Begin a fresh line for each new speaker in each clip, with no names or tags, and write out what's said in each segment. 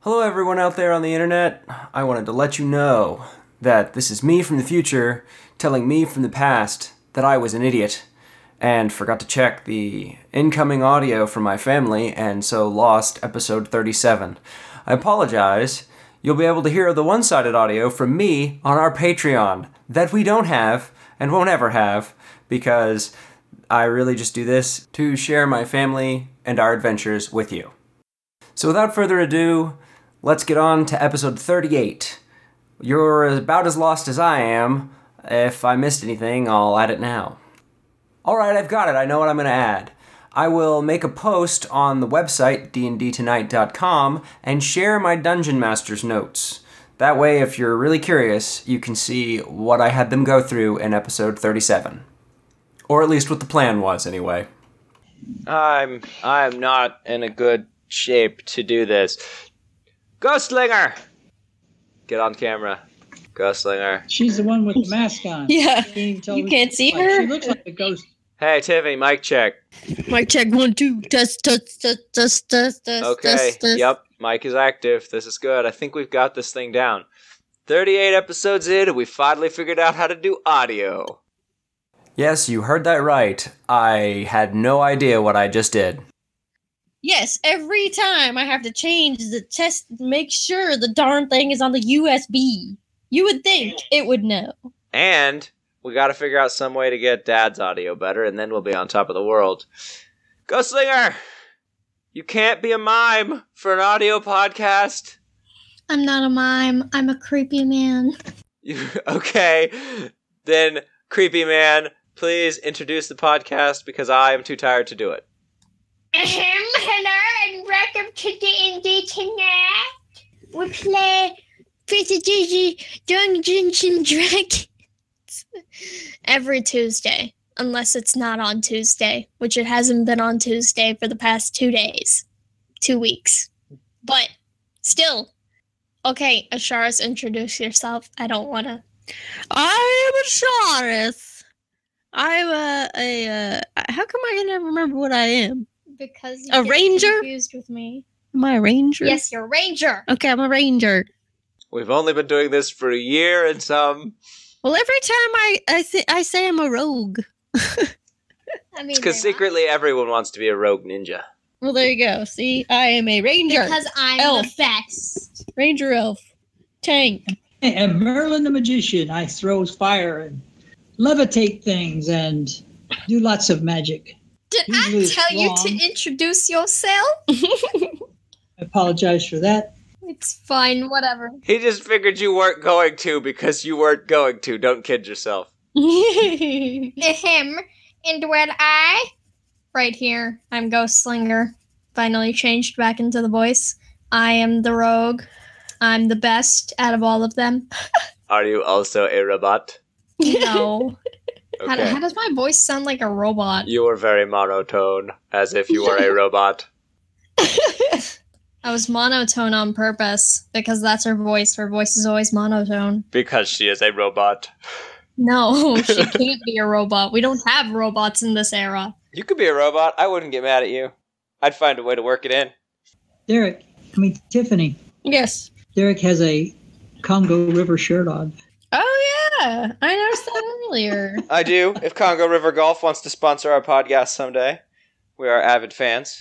Hello, everyone out there on the internet. I wanted to let you know that this is me from the future telling me from the past that I was an idiot and forgot to check the incoming audio from my family and so lost episode 37. I apologize. You'll be able to hear the one sided audio from me on our Patreon that we don't have and won't ever have because I really just do this to share my family and our adventures with you. So, without further ado, let's get on to episode 38. You're about as lost as I am. If I missed anything, I'll add it now. All right, I've got it. I know what I'm going to add. I will make a post on the website dndtonight.com and share my dungeon master's notes. That way, if you're really curious, you can see what I had them go through in episode 37. Or at least what the plan was, anyway.
I'm I'm not in a good shape to do this. Ghostlinger, get on camera. Ghostlinger.
She's the one with the mask on.
Yeah.
You can't, tell
You
who-
can't see
like, She
her?
looks like a ghost.
Hey Tiffany, mic check.
Mic check one, two, test, test, test, test, test, test.
Okay.
test, test.
Yep. Mic is active. This is good. I think we've got this thing down. Thirty-eight episodes in, and we finally figured out how to do audio.
Yes, you heard that right. I had no idea what I just did.
Yes, every time I have to change the test, make sure the darn thing is on the USB. You would think it would know.
And we got to figure out some way to get Dad's audio better, and then we'll be on top of the world. Ghostlinger, you can't be a mime for an audio podcast.
I'm not a mime. I'm a creepy man.
You- okay, then creepy man, please introduce the podcast because I am too tired to do it.
Ahem, hello and welcome to the Indie Tonight. We play
Pretty Gigi, Dungeons and Dragons. Every Tuesday, unless it's not on Tuesday, which it hasn't been on Tuesday for the past two days, two weeks. But still, okay, Asharis, introduce yourself. I don't want to. I am Asharis. I'm a, a uh, how come I can never remember what I am?
because you
A
get
ranger?
confused with me.
Am I a ranger?
Yes, you're a ranger.
Okay, I'm a ranger.
We've only been doing this for a year and some.
Well, every time I I, th- I say I'm a rogue.
I mean,
It's because
they are.
secretly everyone wants to be a rogue ninja.
Well, there you go. See, I am a ranger,
because I'm
Elf.
the best.
ranger elf, tank.
And Merlin the magician, I throws fire and levitate things and do lots of magic.
Did
I Usually it's tell you to long.
introduce yourself?
I apologize for that.
It's fine, whatever.
He just figured you weren't going to because you weren't going to. Don't kid yourself.
Ahem, and when I, right here, I'm Ghostslinger. Finally changed back into the voice. I am the rogue. I'm the best out of all of them.
Are you also a robot?
No. How,
Okay.
how does my voice sound like a robot?
You were very monotone, as if you were a robot.
I was monotone on purpose because that's her voice. Her voice is always monotone.
Because she is a robot.
No, she can't be a robot. We don't have robots in this era.
You could be a robot. I wouldn't get mad at you. I'd find a way to work it in.
Derek, I mean, Tiffany,
yes.
Derek has a Congo River shirt on.
Oh yeah, I noticed that earlier.
I do. If Congo River Golf wants to sponsor our podcast someday, we are avid fans.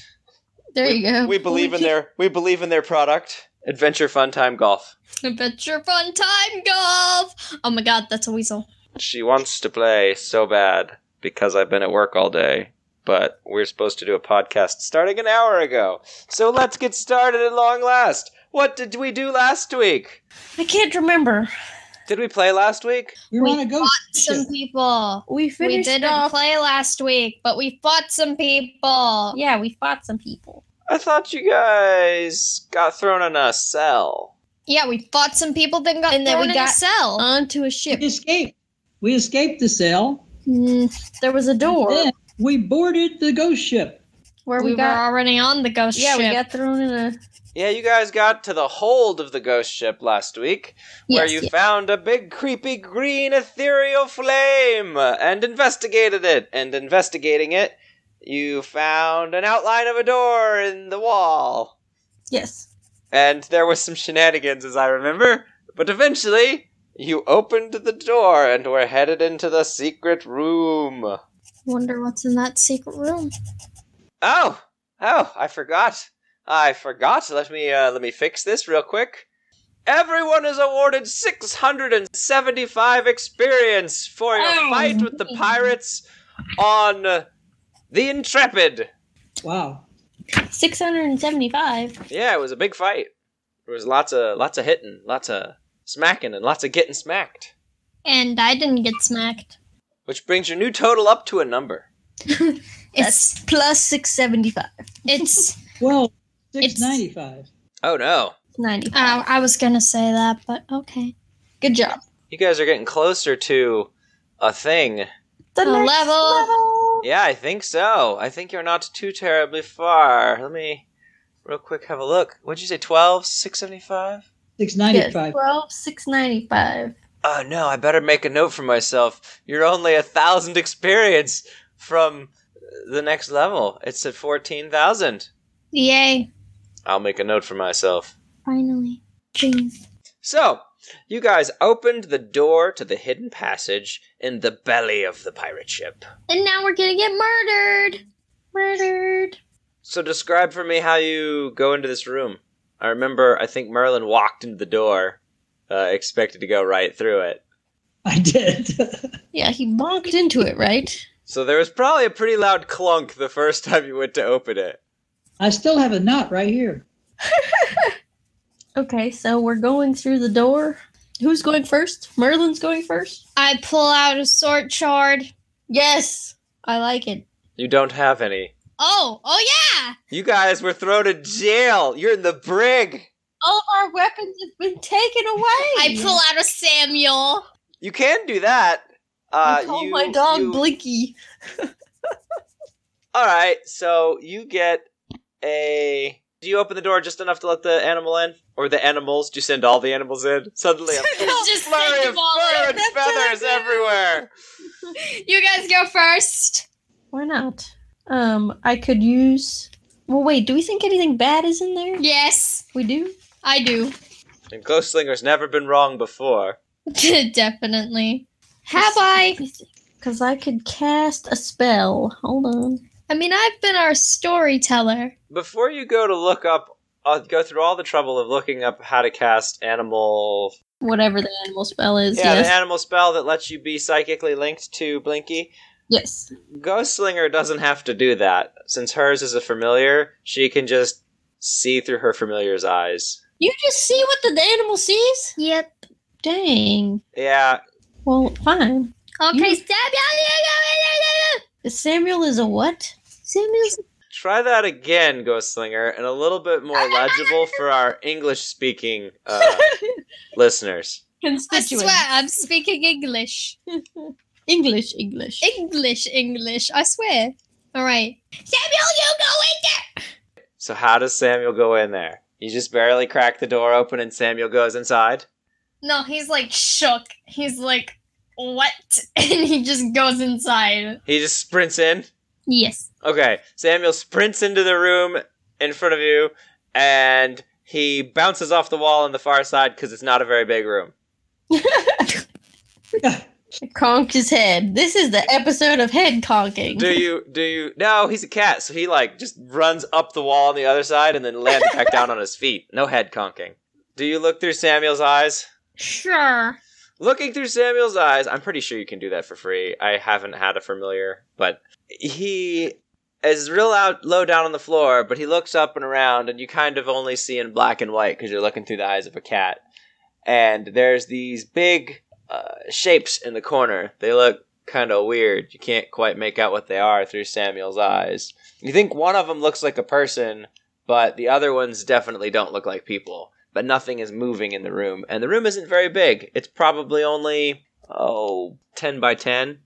There
we,
you go.
We believe in their we believe in their product. Adventure Fun Time Golf.
Adventure fun time golf. Oh my god, that's a weasel.
She wants to play so bad because I've been at work all day. But we're supposed to do a podcast starting an hour ago. So let's get started at long last. What did we do last week?
I can't remember.
Did we play last week?
You're
We
on a ghost
Some
ship.
people.
We
We
finished
didn't
off.
play last week, but we fought some people.
Yeah, we fought some people.
I thought you guys got thrown in a cell.
Yeah, we fought some people, then got
And then
thrown
we
in a
got-
cell.
Onto a
We
ship.
escaped. We escaped the cell.
Mm, there was a door.
Then we boarded the ghost ship.
where
we
we, got.
were already on the ghost
yeah,
ship.
we got thrown in a.
Yeah, you guys got to the hold of the ghost ship last week, where
Yes,
you
yeah.
found a big, creepy, green, ethereal flame and investigated it. And investigating it, you found an outline of a door in the wall.
Yes.
and there was some shenanigans, as I remember. But eventually, you opened the door and were headed into the secret room.
Wonder what's in that secret room.
Oh, oh, I forgot. I forgot. Let me uh, let me fix this real quick. Everyone is awarded 675 experience for your
Oh,
fight with the pirates on uh, the Intrepid.
Wow.
675.
Yeah, it was a big fight. There was lots of lots of hitting, lots of smacking, and lots of getting smacked.
And I didn't get smacked.
Which brings your new total up to a number.
It's
plus 675.
it's
Well,
It's-
695.
Oh no.
90.
uh, I was gonna say that, but okay.
Good job.
You guys are getting closer to a thing.
The
A
next
level.
level.
Yeah, I think so. I think you're not too terribly far. Let me real quick have a look. What'd you say, 12? 675?
695.
12, 695.
Oh no, I better make a note for myself. You're only a thousand experience from the next level. It's at 14,000.
Yay!
I'll make a note for myself.
Finally. Jeez.
So, you guys opened the door to the hidden passage in the belly of the pirate ship.
And now we're gonna get murdered. Murdered.
So, describe for me how you go into this room. I remember, I think Merlin walked into the door, uh, expected to go right through it.
I did.
Yeah, he bonked into it, right?
So, there was probably a pretty loud clunk the first time you went to open it.
I still have a knot right here.
Okay, so we're going through the door. Who's going first? Merlin's going first?
I pull out a sword shard.
Yes. I like it.
You don't have any.
Oh, oh yeah!
You guys were thrown to jail. You're in the brig.
All of our weapons have been taken away.
I pull out a Samuel.
You can do that. Uh,
I call
you-
my dog
you-
Blinky.
All right, so you get a. Do you open the door just enough to let the animal in, or the animals? Do you send all the animals in? Suddenly, a
Just
flurry
send
of
them all
fur
in.
and feathers everywhere.
You guys go first.
Why not? Um, I could use. Well, wait. Do we think anything bad is in there?
Yes,
We do.
I do.
And Ghostlinger's never been wrong before.
Definitely. Have I?
Because I could cast a spell. Hold on.
I mean, I've been our storyteller.
Before you go to look up, uh, go through all the trouble of looking up how to cast animal.
Whatever the animal spell is.
Yeah,
yes.
the animal spell that lets you be psychically linked to Blinky.
yes.
Ghostlinger doesn't have to do that. Since hers is a familiar, she can just see through her familiar's eyes.
You just see what the, the animal sees.
Yep.
Dang.
Yeah,
Well, fine.
Okay,
You-
Samuel.
Samuel is a what?
Samuel's
try that again, Ghostlinger, and a little bit more legible for our English speaking uh, listeners.
I
Constituent.
swear, I'm speaking English.
English. English.
English, English. I swear. All right, Samuel, you go in there.
So, how does Samuel go in there? You just barely crack the door open and Samuel goes inside.
No, he's like shook. He's like, what? And he just goes inside.
He just sprints in.
Yes.
Okay, Samuel sprints into the room in front of you and he bounces off the wall on the far side because it's not a very big room.
Conked his head. This is the episode of head conking.
Do you do you No, he's a cat, so he like just runs up the wall on the other side and then lands back down on his feet. No head conking. Do you look through Samuel's eyes?
Sure.
Looking through Samuel's eyes, I'm pretty sure you can do that for free. I haven't had a familiar, but he is real out low down on the floor, but he looks up and around and you kind of only see in black and white cuz you're looking through the eyes of a cat. And there's these big uh, shapes in the corner. They look kind of weird. You can't quite make out what they are through Samuel's eyes. You think one of them looks like a person, but the other ones definitely don't look like people. But nothing is moving in the room, and the room isn't very big. It's probably only, oh, 10 by 10.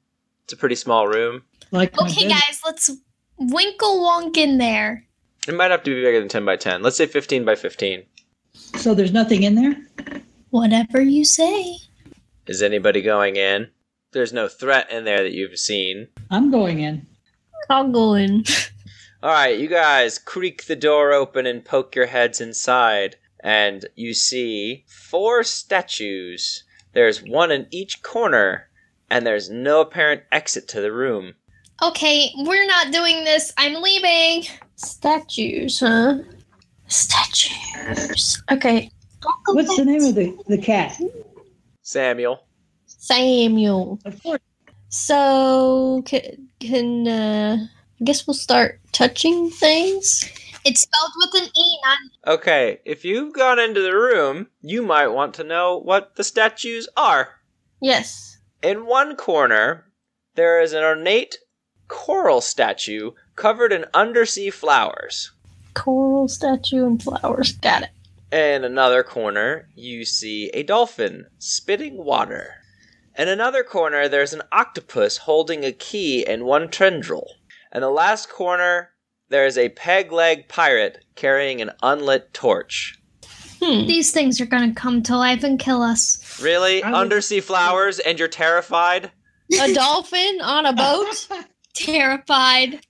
It's a pretty small room.
like my
Okay,
bed-
guys, let's winkle wonk in there.
It might have to be bigger than 10 by 10. Let's say 15 by 15.
So there's nothing in there?
Whatever you say.
Is anybody going in? There's no threat in there that you've seen.
I'm going in.
I'll go in.
All right, you guys creak the door open and poke your heads inside. and you see four statues. There's one in each corner, and there's no apparent exit to the room.
Okay, we're not doing this. I'm leaving.
Statues, huh? Statues. Okay.
What's the name of the, the cat?
Samuel.
Samuel.
Of course.
So can, can uh, I guess we'll start touching things.
It's spelled with an E, not
Okay, if you've gone into the room, you might want to know what the statues are.
Yes.
In one corner, there is an ornate coral statue covered in undersea flowers.
Coral statue and flowers. Got it.
In another corner, you see a dolphin spitting water. In another corner, there's an octopus holding a key and one tendril. In the last corner, there is a peg leg pirate carrying an unlit torch.
Hmm.
These things are gonna come to life and kill us.
Really?
I would-
Undersea flowers, and you're terrified?
A dolphin on a boat.
Terrified.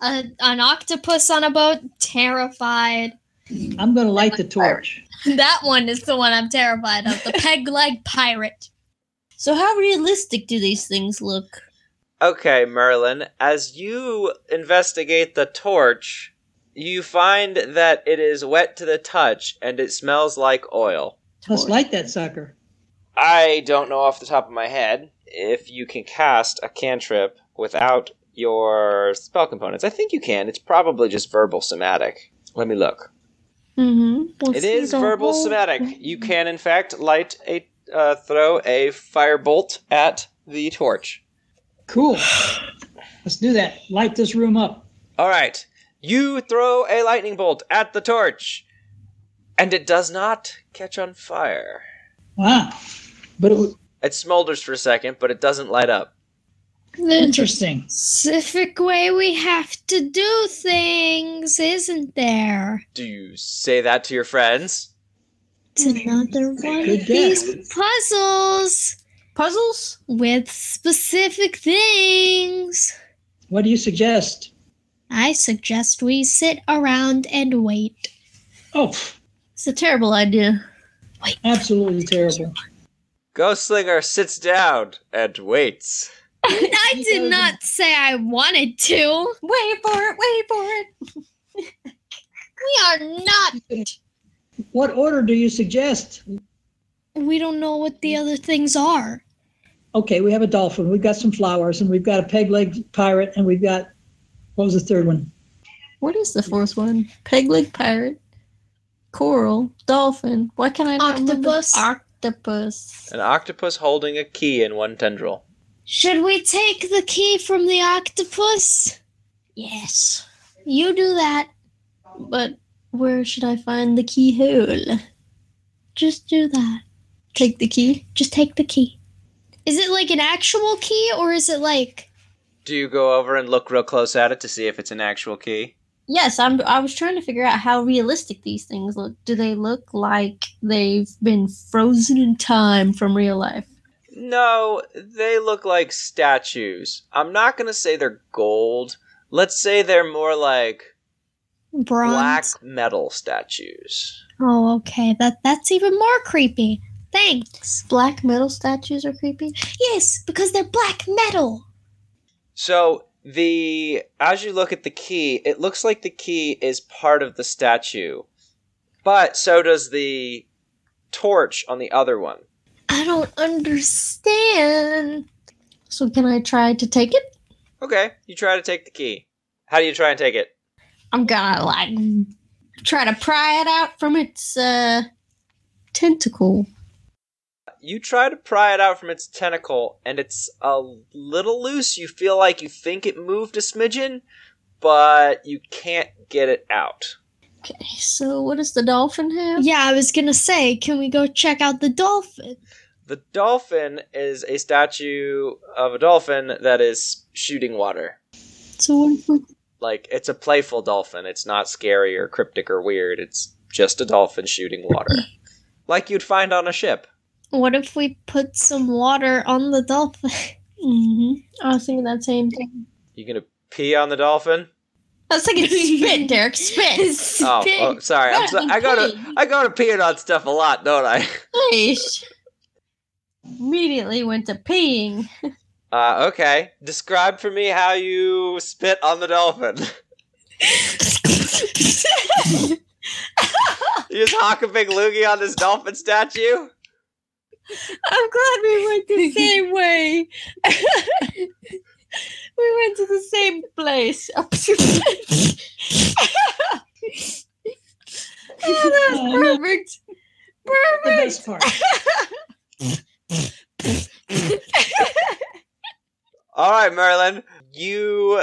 A, an octopus on a boat. Terrified.
I'm going to light the torch.
That one is the one I'm terrified of. The peg leg pirate.
So how realistic do these things look?
Okay, Merlin, as you investigate the torch, you find that it is wet to the touch and it smells like oil.
Let's light that sucker.
I don't know off the top of my head if you can cast a cantrip without your spell components. I think you can. It's probably just verbal somatic. Let me look.
Mm-hmm. We'll
It
see
is
the
verbal
whole-
somatic. You can, in fact, light a uh, throw a firebolt at the torch.
Cool. Let's do that. Light this room up.
All right. You throw a lightning bolt at the torch, and it does not catch on fire.
Wow. But it was
It smolders for a second, but it doesn't light up.
The
interesting.
specific way we have to do things, isn't there?
Do you say that to your friends?
It's
Hmm.
another one
Good
of
guess.
these puzzles
Puzzles?
with specific things.
What do you suggest?
I suggest we sit around and wait.
Oh, pff,
It's a terrible idea.
absolutely terrible.
Ghostslinger sits down and waits.
I did not say I wanted to.
Wait for it, wait for it.
We are not.
What order do you suggest?
We don't know what the other things are.
Okay, we have a dolphin. We've got some flowers, and we've got a peg leg pirate, and we've got what was the third one?
What is the fourth one? Peg leg pirate, coral, dolphin. Why can I not remember?
Octopus.
Octopus.
An octopus holding a key in one tendril.
Should we take the key from the octopus?
Yes.
You do that.
But where should I find the keyhole?
Just do that.
Take the key.
Just take the key. Is it like an actual key or is it like
Do you go over and look real close at it to see if it's an actual key?
Yes, I'm. I was trying to figure out how realistic these things look. Do they look like they've been frozen in time from real life?
No, they look like statues. I'm not gonna say they're gold. Let's say they're more like black
bronze?
metal statues.
Oh, okay. That that's even more creepy. Thanks.
Black metal statues are creepy.
Yes, because they're black metal.
So the as you look at the key, it looks like the key is part of the statue, but so does the torch on the other one.
I don't understand.
So can I try to take it?
Okay, you try to take the key. How do you try and take it?
I'm gonna like try to pry it out from its uh tentacle.
You try to pry it out from its tentacle, and it's a little loose. You feel like you think it moved a smidgen, but you can't get it out.
Okay, so what does the dolphin have?
Yeah, I was gonna say, can we go check out the dolphin?
The dolphin is a statue of a dolphin that is shooting water.
So what if we
Like, it's a playful dolphin. It's not scary or cryptic or weird. It's just a dolphin shooting water. like you'd find on a ship.
what if we put some water on the dolphin?
Oh, Mm-hmm. I was thinking that same thing.
You gonna pee on the dolphin?
That's like a spit, Derek. Spit.
Oh, oh, sorry. I'm so- I go to I go to peeing on stuff a lot, don't I?
Nice. Immediately went to peeing.
Uh, okay. Describe for me how you spit on the dolphin. you just hock a big loogie on this dolphin statue.
I'm glad we went the same way. we went to the same place. oh, that's
Oh, no.
perfect.
The
Perfect.
best part.
All right, Merlin. You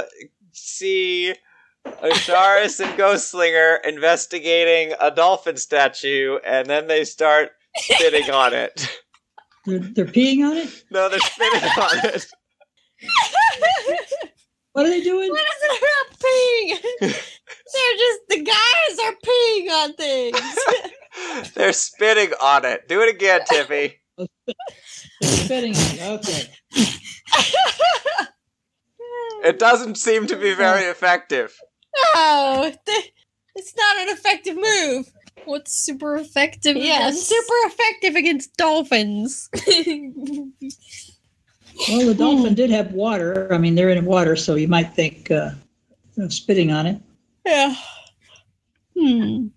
see Osharis and Ghostslinger investigating a dolphin statue, and then they start spitting on it.
They're, they're peeing on it?
No, they're spitting on it.
What are they doing?
What is it about peeing? They're just the guys are peeing on things.
They're spitting on it. Do it again, Tippy.
Spitting on it. Okay.
It doesn't seem to be very effective.
No, th- it's not an effective move.
What's super effective?
Yeah,
against-
super effective against dolphins.
Well, the dolphin did have water. I mean, they're in water, so you might think uh, of spitting on it.
yeah.
Hmm.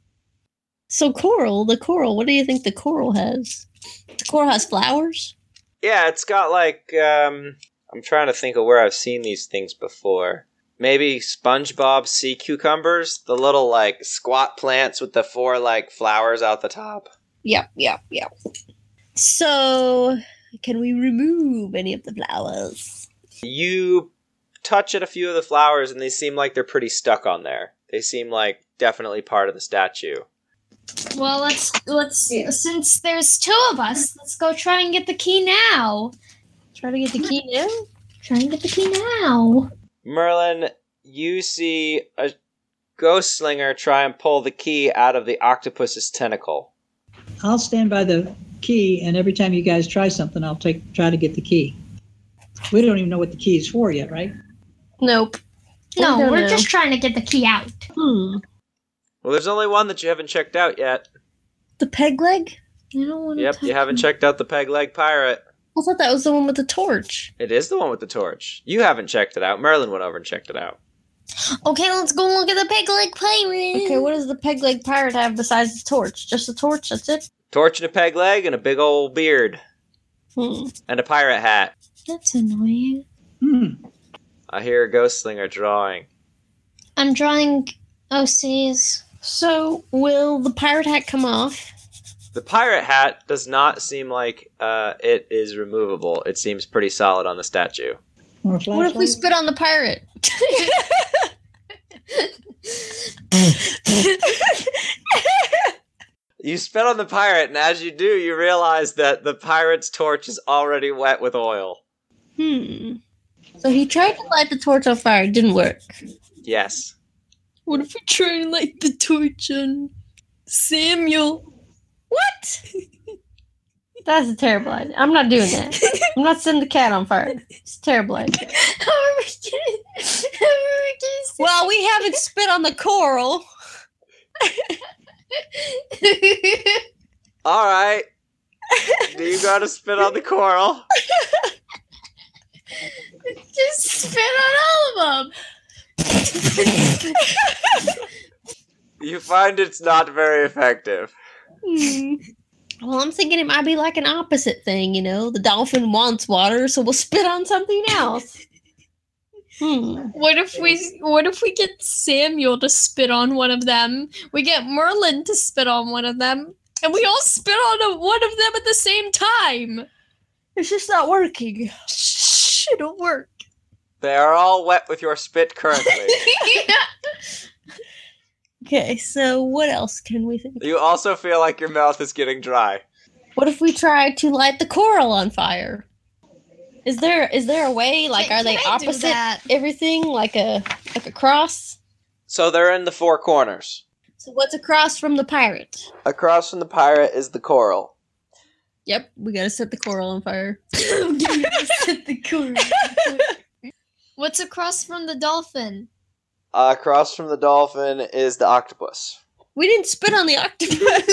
So coral, the coral. What do you think the coral has? The coral has flowers.
Yeah, it's got like um I'm trying to think of where I've seen these things before. Maybe SpongeBob sea cucumbers, the little like squat plants with the four like flowers out the top.
Yep, yep, yep. So, can we remove any of the flowers?
You touch at a few of the flowers and they seem like they're pretty stuck on there. They seem like definitely part of the statue.
Well, let's let's since there's two of us, let's go try and get the key now.
Try to get the key now.
Try and get the key now.
Merlin, you see a ghost slinger try and pull the key out of the octopus's tentacle.
I'll stand by the key, and every time you guys try something, I'll take try to get the key. We don't even know what the key is for yet, right?
Nope.
Oh, No,
We don't
we're
know.
just trying to get the key out.
Hmm.
Well, there's only one that you haven't checked out yet.
The peg leg.
You don't want
Yep, you haven't checked out the peg leg pirate.
I thought that was the one with the torch.
It is the one with the torch. You haven't checked it out. Merlin went over and checked it out.
Okay, let's go look at the pig leg pirate.
Okay, what does the peg leg pirate have besides the torch? Just the torch. That's it.
Torch and a peg leg and a big old beard
Hmm.
and a pirate hat.
That's annoying.
Hmm.
I hear a ghost slinger drawing.
I'm drawing OCs.
So, will the pirate hat come off?
The pirate hat does not seem like uh, it is removable. It seems pretty solid on the statue.
Or a
What if we
flashlight?
spit on the pirate?
You spit on the pirate, and as you do, you realize that the pirate's torch is already wet with oil.
hmm. So he tried to light the torch on fire. It didn't work.
Yes.
What if we try and light the torch on Samuel?
What? That's a terrible idea. I'm not doing that. I'm not setting the cat on fire. It's a terrible idea.
How are we gonna- how are we gonna say-
Well, we haven't spit on the coral.
All right. do you gotta spit on the coral?
Just spit on all of them.
You find it's not very effective.
Hmm. Well, I'm thinking it might be like an opposite thing, you know? The dolphin wants water, so we'll spit on something else. Hmm.
what if we what if we get Samuel to spit on one of them? We get Merlin to spit on one of them, and we all spit on a, one of them at the same time.
It's just not working.
Shh, it'll work.
They are all wet with your spit currently.
Okay, so what else can we think?
you also feel like your mouth is getting dry.
What if we try to light the coral on fire? Is there is there a way? Like, are they
Can I do
opposite
that?
everything? Like a like a cross?
So they're in the four corners.
So what's across from the pirate?
Across from the pirate is the coral.
Yep, we gotta set the coral on fire.
What's across from the dolphin?
Uh, across from the dolphin is the octopus.
We didn't spit on the octopus.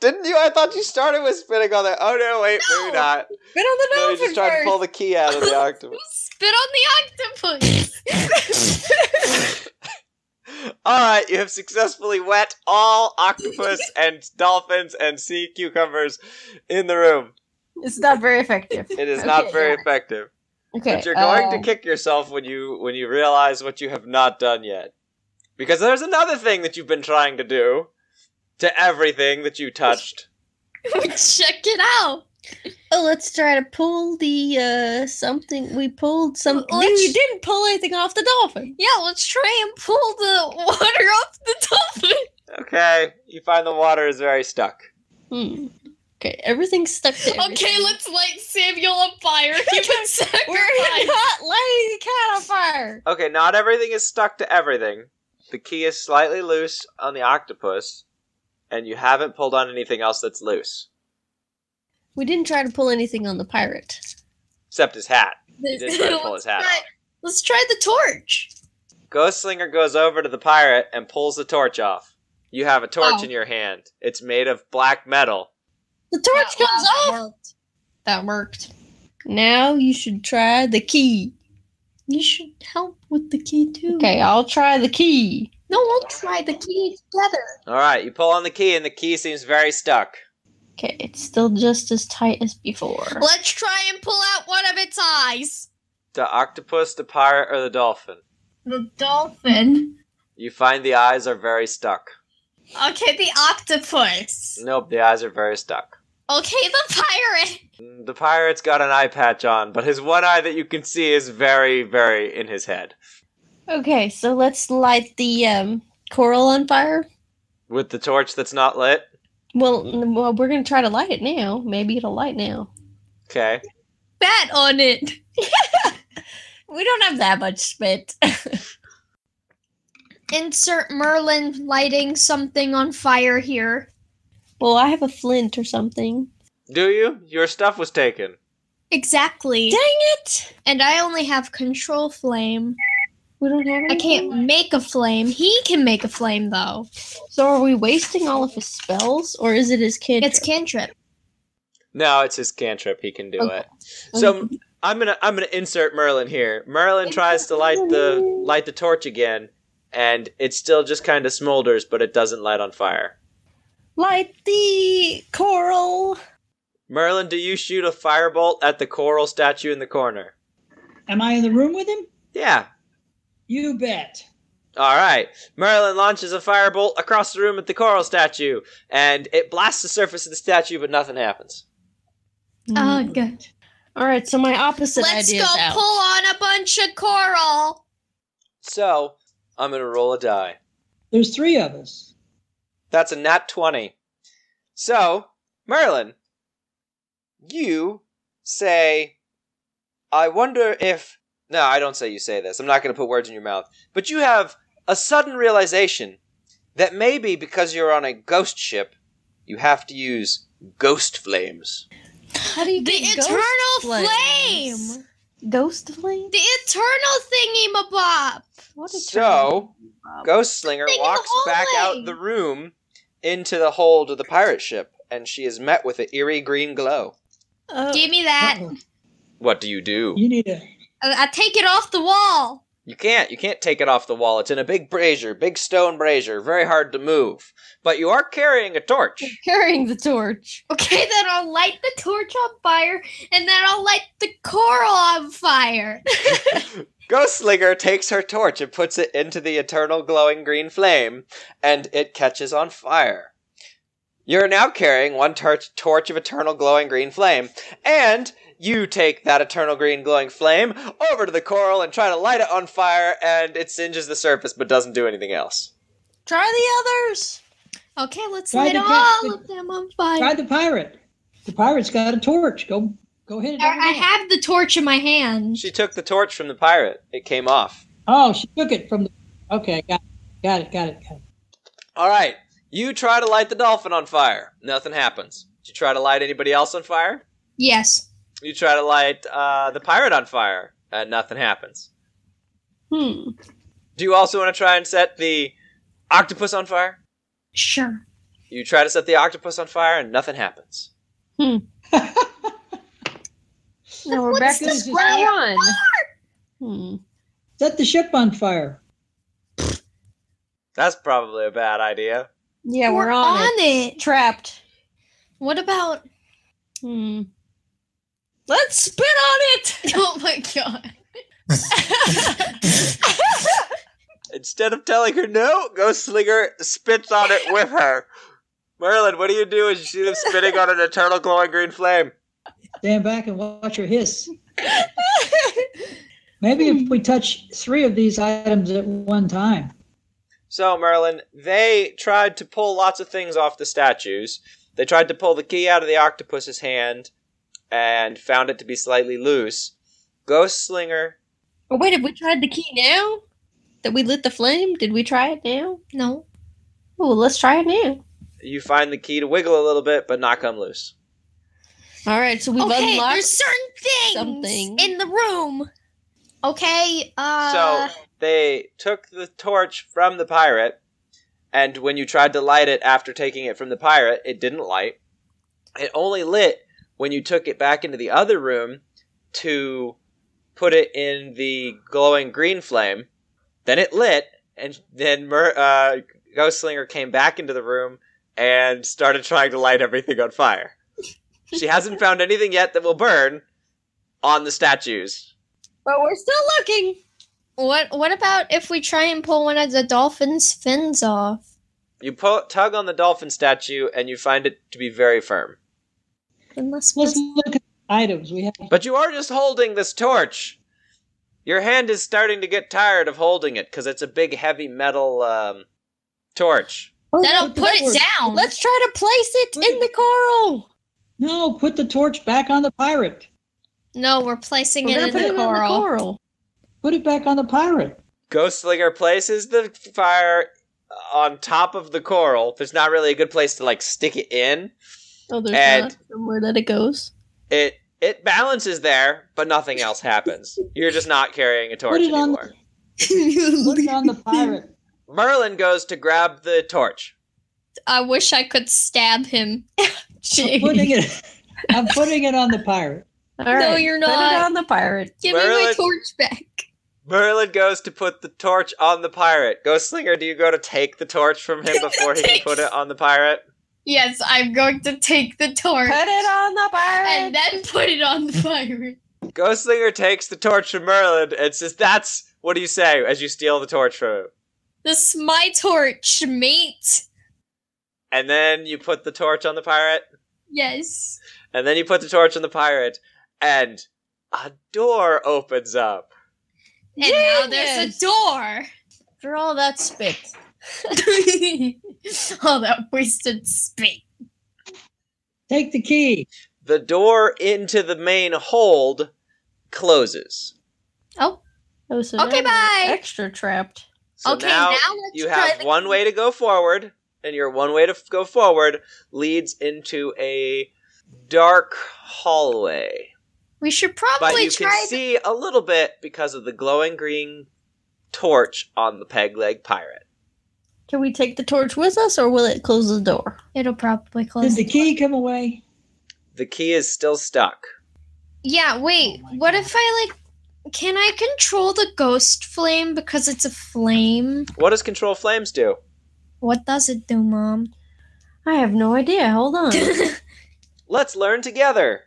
Didn't you? I thought you started with spinning on the. Oh no! Wait, maybe
No.
not.
spit on the
No, you
dolphin
just tried to
first.
pull the key out of the octopus.
Spit on the octopus.
all right, you have successfully wet all octopus and dolphins and sea cucumbers in the room.
It's not very effective.
It is
Okay,
not very
go
effective,
Okay.
but you're going
uh,
um,
to kick yourself when you when you realize what you have not done yet, because there's another thing that you've been trying to do to everything that you touched.
Check it out.
Oh, let's try to pull the uh something. We pulled some.
Well,
Dude,
let's-
Oh, you didn't pull anything off the dolphin.
Yeah, let's try and pull the water off the dolphin.
Okay, you find the water is very stuck.
Hmm. Okay, everything's stuck to everything.
Okay, let's light Samuel on fire. He been
We're
sacrificed.
not lighting the cat on fire.
Okay, not everything is stuck to everything. The key is slightly loose on the octopus, and you haven't pulled on anything else that's loose,
We didn't try to pull anything on the pirate.
except his hat. He did try to pull his
Let's
hat.
try- let's try the torch.
Ghostslinger goes over to the pirate and pulls the torch off. You have a torch
Oh.
in your hand. It's made of black metal.
The torch
Wow,
comes
that
off.
worked. That worked.
Now you should try the key.
You should help with the key too.
Okay, I'll try the key.
No, we'll try the key together.
All right, you pull on the key, and the key seems very stuck.
Okay, it's still just as tight as before.
Let's try and pull out one of its eyes.
The octopus, the pirate, or the dolphin?
The dolphin.
You find the eyes are very stuck.
Okay, the octopus.
Nope, the eyes are very stuck.
Okay, the pirate.
Mm, The pirate's got an eye patch on, but his one eye that you can see is very, very in his head.
Okay, so let's light the um, coral on fire.
With the torch that's not lit.
Well, n- well, we're gonna try to light it now. Maybe it'll light now.
Okay.
Bat on it.
We don't have that much spit.
Insert Merlin lighting something on fire here.
well, I have a flint or something.
Do you? Your stuff was taken.
Exactly.
Dang it!
And I only have control flame.
We don't have.
I
Anything.
can't make a flame. He can make a flame though.
So are we wasting all of his spells, or is it his kid?
It's cantrip.
No, it's his cantrip. He can do
Okay.
it. So I'm gonna I'm gonna insert Merlin here. Merlin tries to light the light the torch again, and it still just kind of smolders, but it doesn't light on fire.
light the coral.
Merlin, do you shoot a firebolt at the coral statue in the corner?
Am I in the room with him?
Yeah.
You bet.
All right. Merlin launches a firebolt across the room at the coral statue, and it blasts the surface of the statue, but nothing happens.
Oh, good.
All right. So my opposite
Let's
idea
go
is out.
pull on a bunch of coral.
So I'm gonna roll a die.
There's three of us.
That's a nat 20. So, Merlin, you say, I wonder if. No, I don't say you say this. I'm not going to put words in your mouth. But you have a sudden realization that maybe because you're on a ghost ship, you have to use ghost flames.
How do you
The
get
eternal
flames?
flame.
Ghost flame?
The eternal thingy bob.
What a
So,
term.
Ghost Slinger
Thing in the
walks back
hallway.
out the room into the hold of the pirate ship, and she is met with an eerie green glow.
Oh,
Give me that.
Uh-oh.
What do you do?
You need a
I I take it off the wall.
You can't. You can't take it off the wall. It's in a big brazier, big stone brazier, very hard to move. But you are carrying a torch.
carrying the torch.
Okay, then I'll light the torch on fire, and then I'll light the coral on fire.
Ghostslinger takes her torch and puts it into the eternal glowing green flame, and it catches on fire. You're now carrying one tor- torch of eternal glowing green flame, and you take that eternal green glowing flame over to the coral and try to light it on fire, and it singes the surface but doesn't do anything else.
Try the others.
Okay, let's
Try
light
to get
all
the-
of them on fire.
try the pirate. The pirate's got a torch. Go go hit it.
I
over
I
there.
have the torch in my hand.
She took the torch from the pirate. It came off.
oh, she took it from the Okay, got it. Got it, got it, got it.
All right. You try to light the dolphin on fire. Nothing happens. Did you try to light anybody else on fire?
Yes.
You try to light uh, the pirate on fire, and nothing happens.
Hmm.
Do you also want to try and set the octopus on fire?
Sure.
You try to set the octopus on fire and nothing happens.
No, we're back to
this
square one.
Hmm.
Set the ship on fire.
That's probably a bad idea.
Yeah, we're, on, it.
it.
Trapped.
What about?
Hmm. Let's spit on it.
Oh my god.
Instead of telling her no, Ghost Slinger spits on it with her. Merlin, what do you do as you see them spitting on an eternal glowing green flame?
Stand back and watch her hiss. Maybe if we touch three of these items at one time.
So, Merlin, they tried to pull lots of things off the statues. They tried to pull the key out of the octopus's hand and found it to be slightly loose. Ghost Slinger,
Oh wait, have we tried the key now? That we lit the flame? Did we try it now?
No.
Oh, let's try it now.
you find the key to wiggle a little bit, but not come loose.
All right, so we've
okay,
unlocked.
there's certain things
something.
in the room. Okay. Uh.
so, they took the torch from the pirate, and when you tried to light it after taking it from the pirate, it didn't light. It only lit when you took it back into the other room to put it in the glowing green flame. Then it lit, and then Mer- uh, Ghostslinger came back into the room and started trying to light everything on fire. She hasn't found anything yet that will burn on the statues.
but we're still looking.
what What about if we try and pull one of the dolphin's fins off?
You pull, tug on the dolphin statue and you find it to be very firm.
Unless
Let's look at items we have.
But you are just holding this torch. Your hand is starting to get tired of holding it because it's a big, heavy metal um, torch.
that'll put it down.
Let's try to place it in the coral.
No, put the torch back on the pirate.
no, we're placing
We're gonna
it in
put it
the
in
coral.
the coral.
Put it back on the pirate.
Ghostslinger places the fire on top of the coral. There's not really a good place to like stick it in.
Oh, there's
And-
not somewhere that it goes.
It it balances there, but nothing else happens. You're just not carrying a torch
Put it on the-
anymore.
Put it on the pirate.
Merlin goes to grab the torch.
I wish I could stab him. Gee.
Putting it. I'm putting it on the pirate.
All
No, you're
Put it
not.
on the pirate.
Give me my
Merlin-
torch back.
Merlin goes to put the torch on the pirate. Ghostslinger, do you go to take the torch from him before he can put it on the pirate?
Yes, I'm going to take the torch
Put it on the
and
pirate.
then put it on the pirate.
Ghostslinger takes the torch from Merlin and says, That's what do you say as you steal the torch from him?
This is my torch, mate.
And then you put the torch on the pirate,
Yes.
and then you put the torch on the pirate, and a door opens up.
And now
Yes.
there's a door.
After all that spit.
All that wasted space.
Take the key.
The door into the main hold closes.
Oh, so now
Okay,
we're
bye.
Extra trapped.
So
okay,
now
now, let's
you
try
have
the
one way to go forward, and your one way to f- go forward leads into a dark hallway.
We should
But
probably
you
try
can see a little bit because of the glowing green torch on the peg leg pirate.
Can we take the torch with us, or will it close the door?
the- It'll probably
Did
close.
the key come away?
The key is still stuck.
yeah, wait.
Oh my
what
God.
if I like can I control the ghost flame because it's a flame?
What does control flames do?
What does it do, mom?
I have no idea. Hold on.
Let's learn together.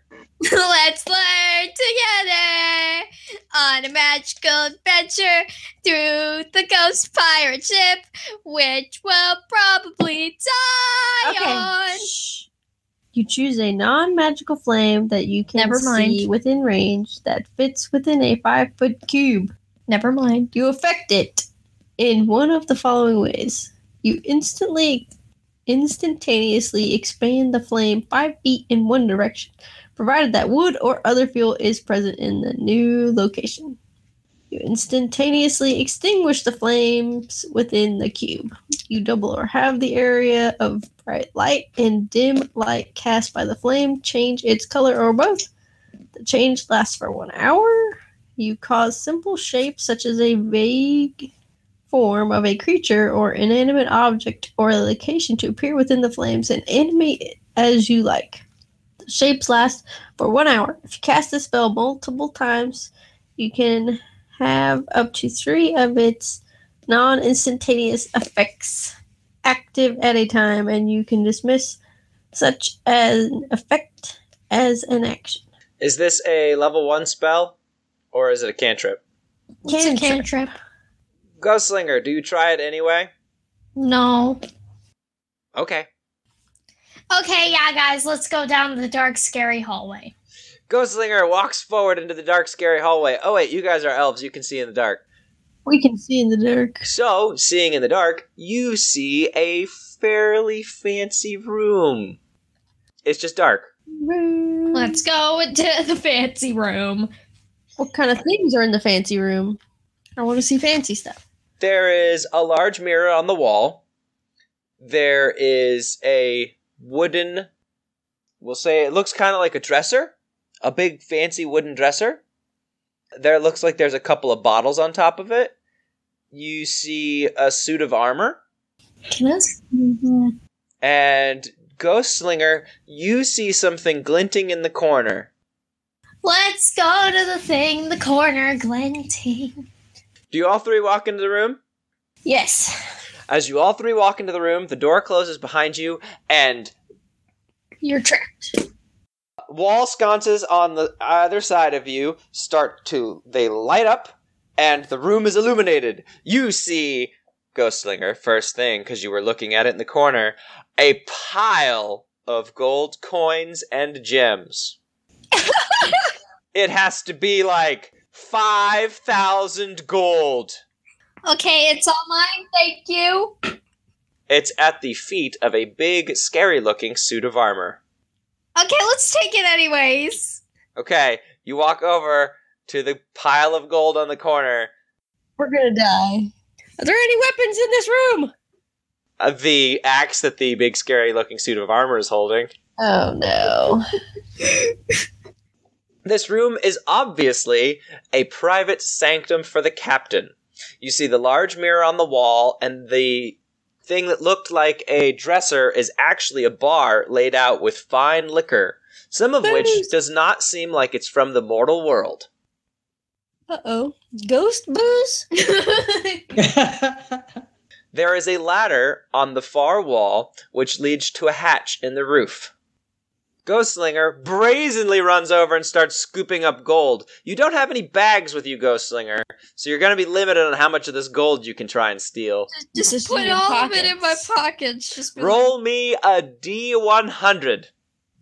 Let's learn together on a magical adventure through the ghost pirate ship, which will probably die on.
Shh. You choose a non-magical flame that you can
Never mind.
see within range that fits within a five-foot cube.
Never mind.
You affect it in one of the following ways. You instantly instantaneously expand the flame five feet in one direction, provided that wood or other fuel is present in the new location. You instantaneously extinguish the flames within the cube. You double or halve the area of bright light and dim light cast by the flame, change its color or both. The change lasts for one hour. You cause simple shapes such as a vague form of a creature or inanimate object or a location to appear within the flames and animate it as you like. The shapes last for one hour. If you cast the spell multiple times, you can have up to three of its non instantaneous effects active at a time, and you can dismiss such an effect as an action.
Is this a level one spell, or is it a cantrip?
It's a
Cantrip.
cantrip.
Ghostslinger, do you try it anyway?
No.
Okay.
Okay, yeah, guys, let's go down the dark, scary hallway.
Ghostslinger walks forward into the dark, scary hallway. Oh wait, you guys are elves. You can see in the dark.
We can see in the dark.
So, seeing in the dark, you see a fairly fancy room. It's just dark.
Let's go to the fancy room.
What kind of things are in the fancy room? I want to see fancy stuff.
There is a large mirror on the wall. There is a wooden, we'll say it looks kind of like a dresser, a big fancy wooden dresser. There looks like there's a couple of bottles on top of it. You see a suit of armor.
Can I?
And Ghostslinger, you see something glinting in the corner.
Let's go to the thing in the corner, glinting.
Do you all three walk into the room?
Yes.
As you all three walk into the room, the door closes behind you, and
You're trapped.
wall sconces on the other side of you start to they light up, and the room is illuminated. You see Ghostslinger first thing because you were looking at it in the corner, a pile of gold coins and gems. it has to be like five thousand gold.
Okay, it's all mine. Thank you.
It's at the feet of a big, scary-looking suit of armor.
Okay, let's take it anyways.
Okay, you walk over to the pile of gold on the corner.
We're going to die.
Are there any weapons in this room?
Uh, the axe that the big scary looking suit of armor is holding.
Oh, no.
This room is obviously a private sanctum for the captain. You see the large mirror on the wall, and the thing that looked like a dresser is actually a bar laid out with fine liquor, some of which
Booze.
does not seem like it's from the mortal world.
Uh oh. Ghost booze?
There is a ladder on the far wall which leads to a hatch in the roof. Ghostslinger brazenly runs over and starts scooping up gold. You don't have any bags with you, Ghostslinger, so you're going to be limited on how much of this gold you can try and steal.
Just,
Just
put
in your
all of it in my
pockets.
pockets. Just be
Roll me a D100.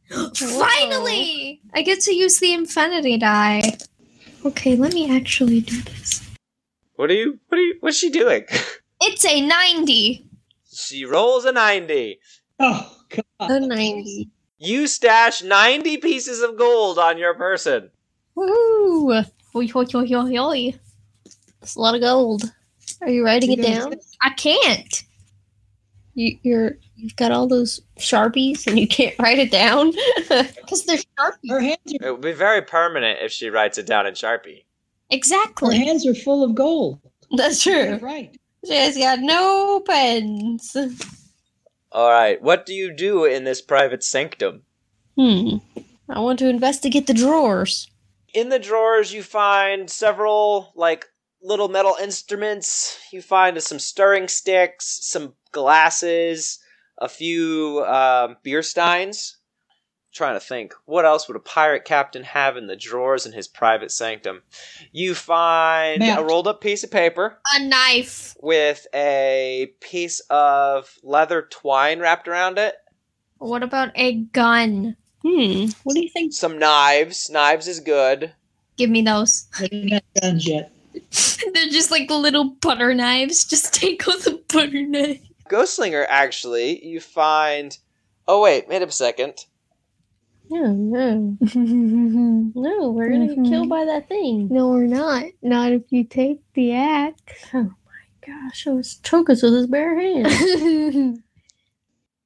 like, Finally, I get to use the infinity die. Okay, let me actually do this.
What are you, what are you, what's she doing?
It's a ninety.
she rolls a 90.
oh, God.
A 90.
You stash 90 pieces of gold on your person.
Woo!
Hoi, hoi, hoi, hoi, hoi.
That's a lot of gold. Are you writing it
You guys-
down?
I can't.
You, you're you've got all those sharpies and you can't write it down.
Because they're sharpie.
Her hands, are,
It would be very permanent if she writes it down in Sharpie.
her
Exactly.
hands are full of gold.
That's
You're
true.
right.
She has got no pens.
All right, what do you do in this private sanctum?
Hmm. I want to investigate the drawers.
In the drawers, you find several, like, little metal instruments. You find some stirring sticks, some glasses, a few um, beer steins. trying to think, what else would a pirate captain have in the drawers in his private sanctum? You find a
Map.
rolled up piece of paper
A knife.
with a piece of leather twine wrapped around it.
What about a gun?
Hmm. What do you think?
Some knives. Knives is good.
Give me those.
They're not done yet.
They're just like little butter knives. Just take out the butter knife.
Ghostslinger, actually, you find. Oh, wait, wait a second.
No, no,
no,
no. We're gonna get
Mhm.
killed by that thing.
we're not. Not if you take the axe.
Gosh, I was choking us with his bare hands.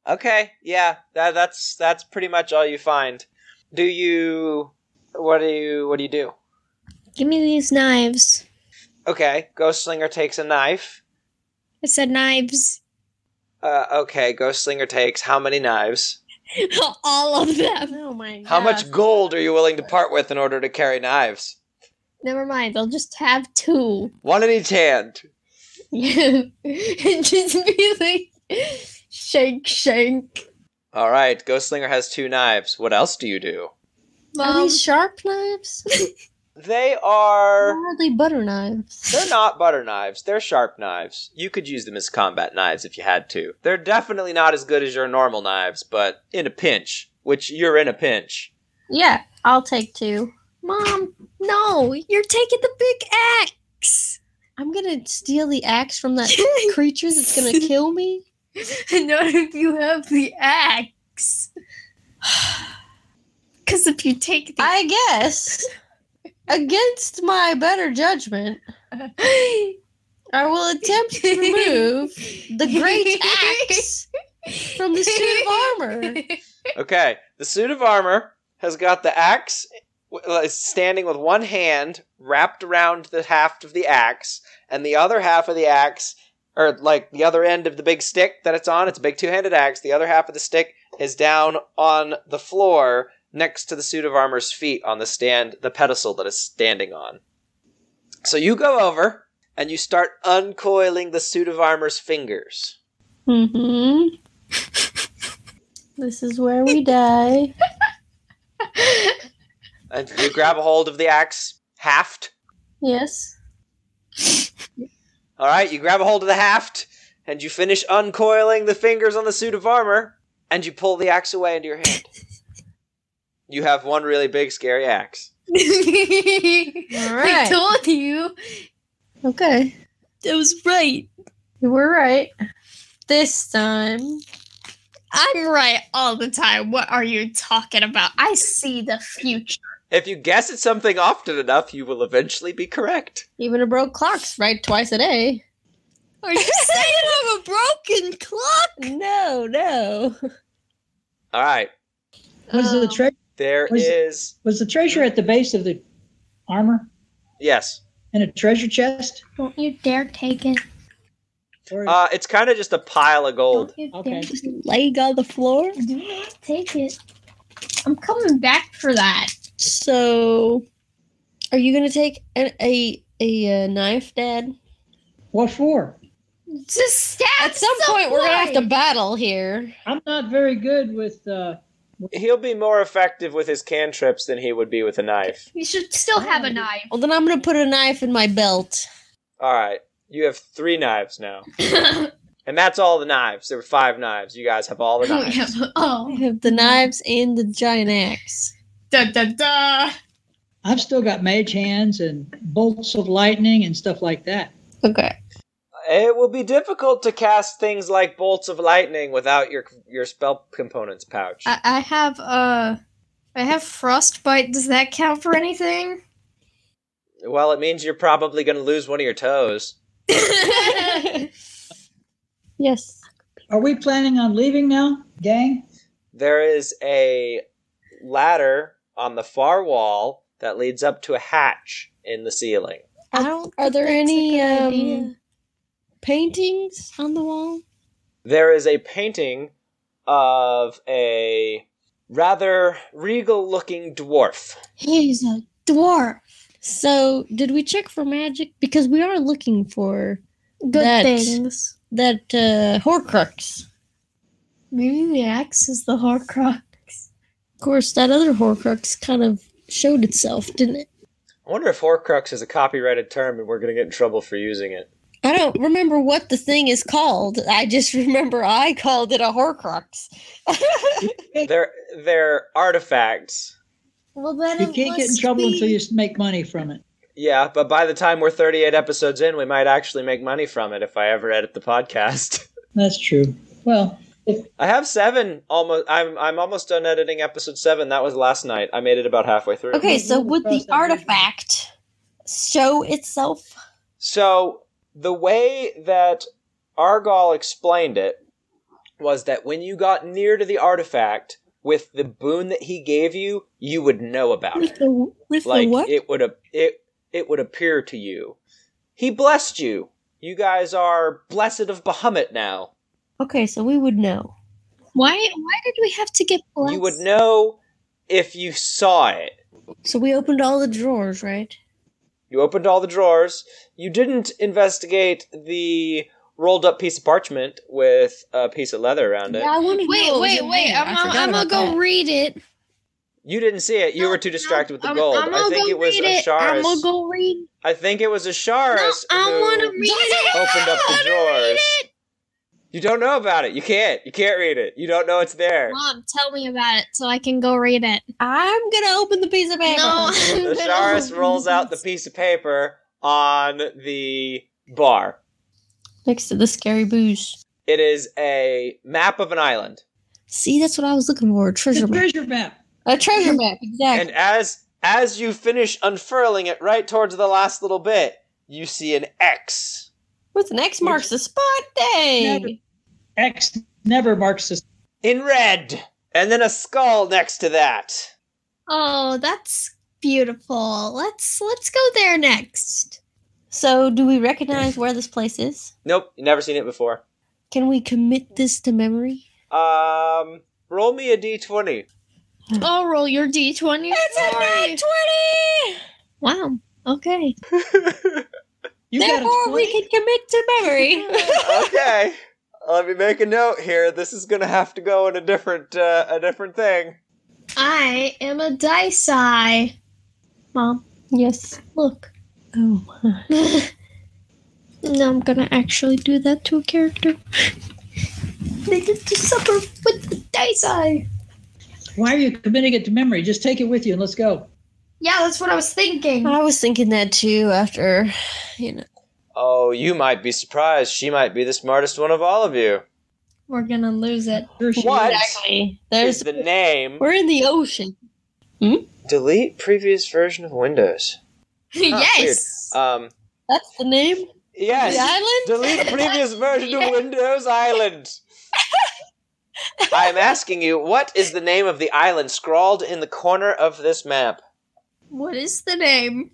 Okay, yeah, that, that's that's pretty much all you find. Do you. What do you. What do you do?
Give me these knives.
Okay, Ghostslinger takes a knife
I said knives.
Uh, okay, Ghost Slinger takes how many knives?
All of them.
Oh my god.
How much gold are you willing to part with in order to carry knives?
Never mind. They'll just have two.
One in each hand.
Yeah. and just be like, shake, shake.
All right, Ghost Slinger has two knives. What else do you do?
Are
Um,
these sharp knives?
They are.
Or are they butter knives?
They're not butter knives. They're sharp knives. You could use them as combat knives if you had to. They're definitely not as good as your normal knives, but in a pinch, which you're in a pinch.
Yeah, I'll take two.
Mom, no, you're taking the big axe.
I'm gonna steal the axe from that creature that's gonna kill me.
Not if you have the axe. Because if you take the
I guess. Against my better judgment, I will attempt to remove the great axe from the suit of armor.
Okay, the suit of armor has got the axe w- uh, standing with one hand wrapped around the haft of the axe, and the other half of the axe, or like the other end of the big stick that it's on, it's a big two handed axe, the other half of the stick is down on the floor next to the suit of armor's feet on the stand, the pedestal that it's standing on. So you go over and you start uncoiling the suit of armor's fingers.
hmm This is where we die.
And you grab a hold of the axe haft
Yes.
All right, you grab a hold of the haft, and you finish uncoiling the fingers on the suit of armor, and you pull the axe away into your hand. you have one really big, scary axe.
All
I
right.
told you.
Okay.
That was right.
You were right. This time.
I'm right all the time. What are you talking about? I see the future.
If you guess at something often enough, you will eventually be correct.
Even a broke clock's right twice a day.
Are you saying I'm a broken clock?
No, no.
All right,
Was the
Oh.
Um,
tre-
there
Was-
is.
was the treasure at the base of the armor
Yes.
in a treasure chest?
Don't you dare take it.
Or
Uh, it's kind of just a pile of gold.
Don't you
okay,
dare
leg on the floor.
do not take it. I'm coming back for that.
So, are you gonna take an, a a uh, knife, Dad?
what for?
Just stab
At some point, we're gonna have to battle here.
I'm not very good with. Uh,
He'll be more effective with his cantrips than he would be with a knife.
You should still have a knife.
Well, then I'm gonna put a knife in my belt.
All right, you have three knives now. And that's all the knives. There were five knives. You guys have all the knives.
I
oh.
have the knives and the giant axe.
Da da da.
I've still got mage hands and bolts of lightning and stuff like that.
Okay.
It will be difficult to cast things like bolts of lightning without your your spell components pouch.
I, I have uh I have frostbite. Does that count for anything?
well, it means you're probably going to lose one of your toes.
Yes.
Are we planning on leaving now, gang?
There is a ladder on the far wall that leads up to a hatch in the ceiling.
I don't. Are there any
good
um
idea.
paintings on the wall?
There is a painting of a rather regal-looking dwarf.
He's a dwarf. So, did we check for magic? Because we are looking for
Good
That-
things.
that uh, Horcrux.
Maybe the axe is the Horcrux.
Of course, that other Horcrux kind of showed itself, didn't it?
I wonder if Horcrux is a copyrighted term and we're going to get in trouble for using it.
I don't remember what the thing is called. I just remember I called it a Horcrux.
They're they're artifacts.
Well then
You can't get in trouble until you s- make money from it.
Yeah, but by the time we're 38 episodes in, we might actually make money from it if I ever edit the podcast.
That's true. Well,
I have 7 almost I'm I'm almost done editing episode 7. That was last night. I made it about halfway through.
Okay, so would the artifact show itself?
So, the way that Argal explained it was that when you got near to the artifact with the boon that he gave you, you would know about it.
With the, with the
like
what?
it would ap- it it would appear to you. He blessed you. You guys are blessed of Bahamut now.
Okay, so we would know.
Why? Why did we have to get blessed?
You would know if you saw it.
So we opened all the drawers, right?
You opened all the drawers. You didn't investigate the rolled up piece of parchment with a piece of leather around it.
I want to
Wait, wait, wait. I'm, I'm, I'm gonna go read it.
You didn't see it. You
No,
were too distracted with the
I'm-
gold.
I'm
I
gonna
think
go
it was
read it. I'm
Asharis.
gonna go read.
I think it was
No,
Asharis
I wanna
who
read it.
opened up
I
the
wanna
drawers.
read it.
You don't know about it. You can't. You can't read it. You don't know it's there.
Mom, tell me about it so I can go read it.
I'm gonna open the piece of paper.
No, I'm gonna
Asharis
open
rolls out the
this.
piece of paper on the bar.
Next to the scary booze.
It is a map of an island.
See, that's what I was looking for. A
The
treasure map.
treasure map.
A treasure map, exactly.
And as as you finish unfurling it right towards the last little bit, you see an X.
With an X marks the spot. Dang.
X never marks this.
in red, and then a skull next to that.
Oh, that's beautiful. Let's let's go there next.
So, do we recognize where this place is?
Nope, never seen it before.
Can we commit this to memory?
Um, roll me a d20.
I'll roll your d20. Sorry.
twenty.
Wow. Okay.
You got a
Therefore, we
20?
can commit to memory.
okay, let me make a note here. This is gonna have to go in a different uh, a different thing.
I am a dice eye. Mom,
yes.
look.
Oh my.
now I'm gonna actually do that to a character. they get to supper with the dice eye.
Why are you committing it to memory? Just take it with you and let's go.
Yeah, that's what I was thinking.
I was thinking that too. After, you know,
Oh, you might be surprised. She might be the smartest one of all of you.
We're gonna lose it.
Sure she
What?
is.
exactly.
Is
There's
the name
we're in the ocean.
delete previous version of Windows?
yes.
Um,
That's the name.
yes.
The island.
Delete previous version of Windows Island. I'm asking you, what is the name of the island scrawled in the corner of this map?
What is the name?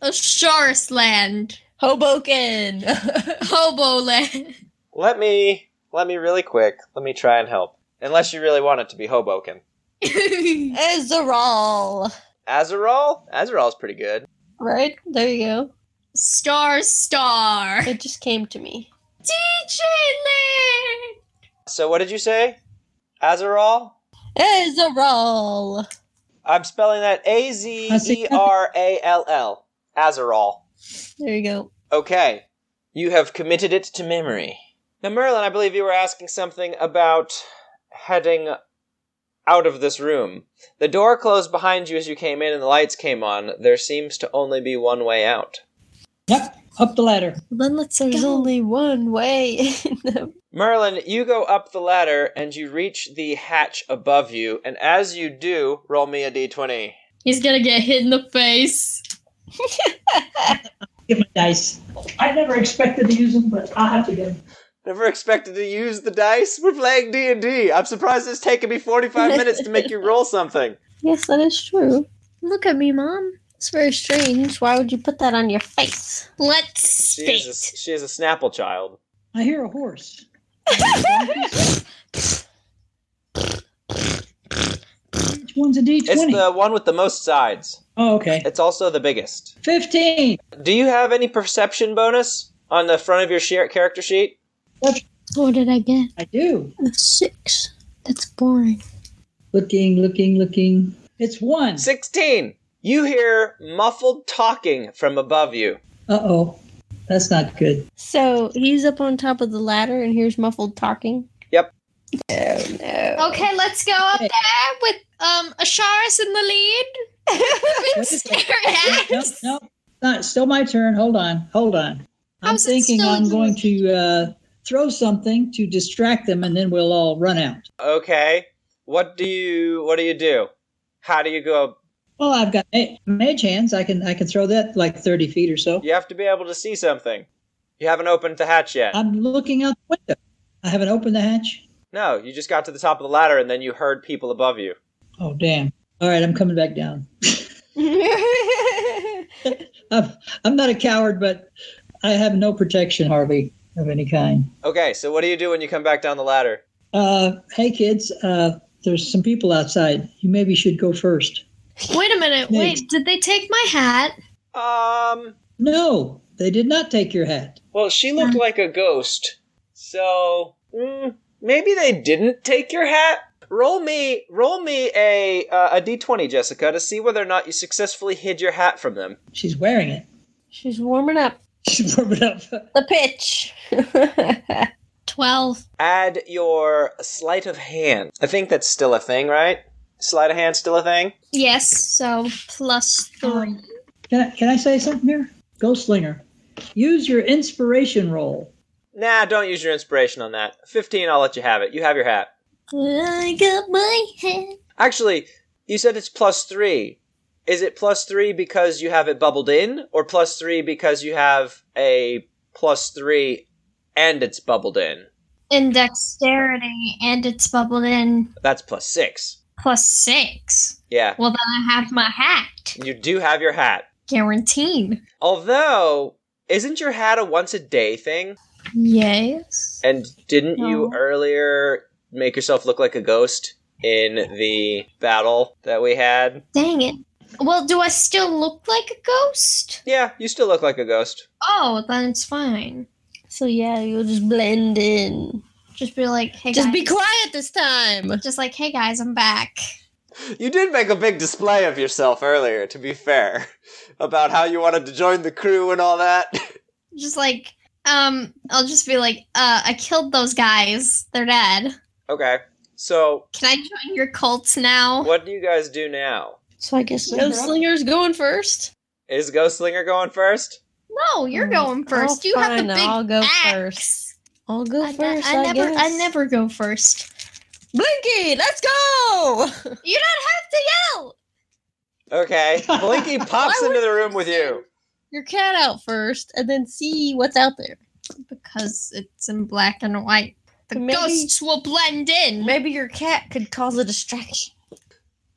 Asharis Land.
Hoboken.
Hobo Land.
Let me let me really quick. Let me try and help. Unless you really want it to be Hoboken.
Ezerol.
Azerol? Azerol's pretty good.
Right there you go.
star Star.
It just came to me.
DJ Land.
So what did you say? Azerol?
Ezerol.
I'm spelling that A Z E R A L L. Azerol.
There you go.
Okay. You have committed it to memory. Now, Merlin, I believe you were asking something about heading out of this room. The door closed behind you as you came in and the lights came on. There seems to only be one way out.
Yep, up the ladder.
Then let's. There's
go.
only one way.
Merlin, you go up the ladder and you reach the hatch above you, and as you do, roll me a d20.
He's gonna get hit in the face.
Give my dice. I never expected to use them, but I'll have to get them.
Never expected to use the dice. We're playing D&D. I'm surprised it's taken me 45 minutes to make you roll something.
yes, that is true.
Look at me, Mom.
It's very strange. Why would you put that on your face?
Let's
She is
spit.
a, she is a Snapple child.
I hear a horse. Which one's a
It's
D20?
the one with the most sides.
oh, okay.
It's also the biggest.
15.
Do you have any perception bonus on the front of your share- character sheet?
What did I get?
I do.
A six. That's boring.
Looking, looking, looking. It's one.
16. You hear muffled talking from above you.
Uh oh. That's not good.
So he's up on top of the ladder and hears muffled talking.
Yep.
Oh no.
Okay, let's go up there with um Asharis in the lead. We've been staring
No,
at.
no. Not, still my turn. Hold on. Hold on. I'm
How's it
thinking
still
I'm
yours?
going to uh, throw something to distract them and then we'll all run out.
Okay. What do you what do you do? How do you go?
Well, I've got ma- mage hands. I can I can throw that like 30 feet or so.
You have to be able to see something. You haven't opened the hatch yet.
I'm looking out the window. I haven't opened the hatch.
No, you just got to the top of the ladder and then you heard people above you.
Oh, damn. All right, I'm coming back down. I'm, I'm not a coward, but I have no protection, Harvey, of any kind.
Okay, so what do you do when you come back down the ladder?
Uh, hey, kids, uh, there's some people outside. You maybe should go first.
Wait a minute. Wait, did they take my hat?
Um,
No, they did not take your hat.
well, she looked like a ghost. So, mm, maybe they didn't take your hat? Roll me, roll me a uh, a d20, Jessica, to see whether or not you successfully hid your hat from them.
She's wearing it.
She's warming up
She's warming up.
the pitch.
12.
Add your sleight of hand. I think that's still a thing, right? Sleight of hand still a thing?
Yes, so plus
Um,
three.
Can I, can I say something here? Ghost Slinger, use your inspiration roll.
Nah, don't use your inspiration on that. 15, I'll let you have it. You have your hat.
I got my hat.
Actually, you said it's plus three. Is it plus three because you have it bubbled in, or plus three because you have a plus three and it's bubbled in?
In dexterity, and it's bubbled in
That's plus six.
plus six.
Yeah,
Well, then I have my hat.
you do have your hat.
Guaranteed.
Although, isn't your hat a once a day thing?
Yes.
And didn't you
No.
earlier make yourself look like a ghost in the battle that we had?
Dang it. Well, do I still look like a ghost?
Yeah, you still look like a ghost.
Oh, then it's fine.
So yeah, you'll just blend in.
Just be like, hey
Just
guys.
be quiet this time.
Just like, hey guys, I'm back.
You did make a big display of yourself earlier, to be fair, about how you wanted to join the crew and all that.
Just like, um, I'll just be like, uh, I killed those guys. They're dead.
Okay, so
Can I join your cult now?
what do you guys do now?
So I guess
No slingers going first.
Is Ghostlinger going first?
No, you're
Mm,
going 1st
oh,
you have the
fine,
big
I'll go
axe.
first. I'll go
I, ne-
first.
I
I,
never, I
guess.
never go first.
Blinky, let's go!
You don't have to yell.
Okay, Blinky pops into the room with you.
your cat out first, and then see what's out there.
Because it's in black and white. The
Maybe-
ghosts will blend in.
Maybe your cat could cause a distraction.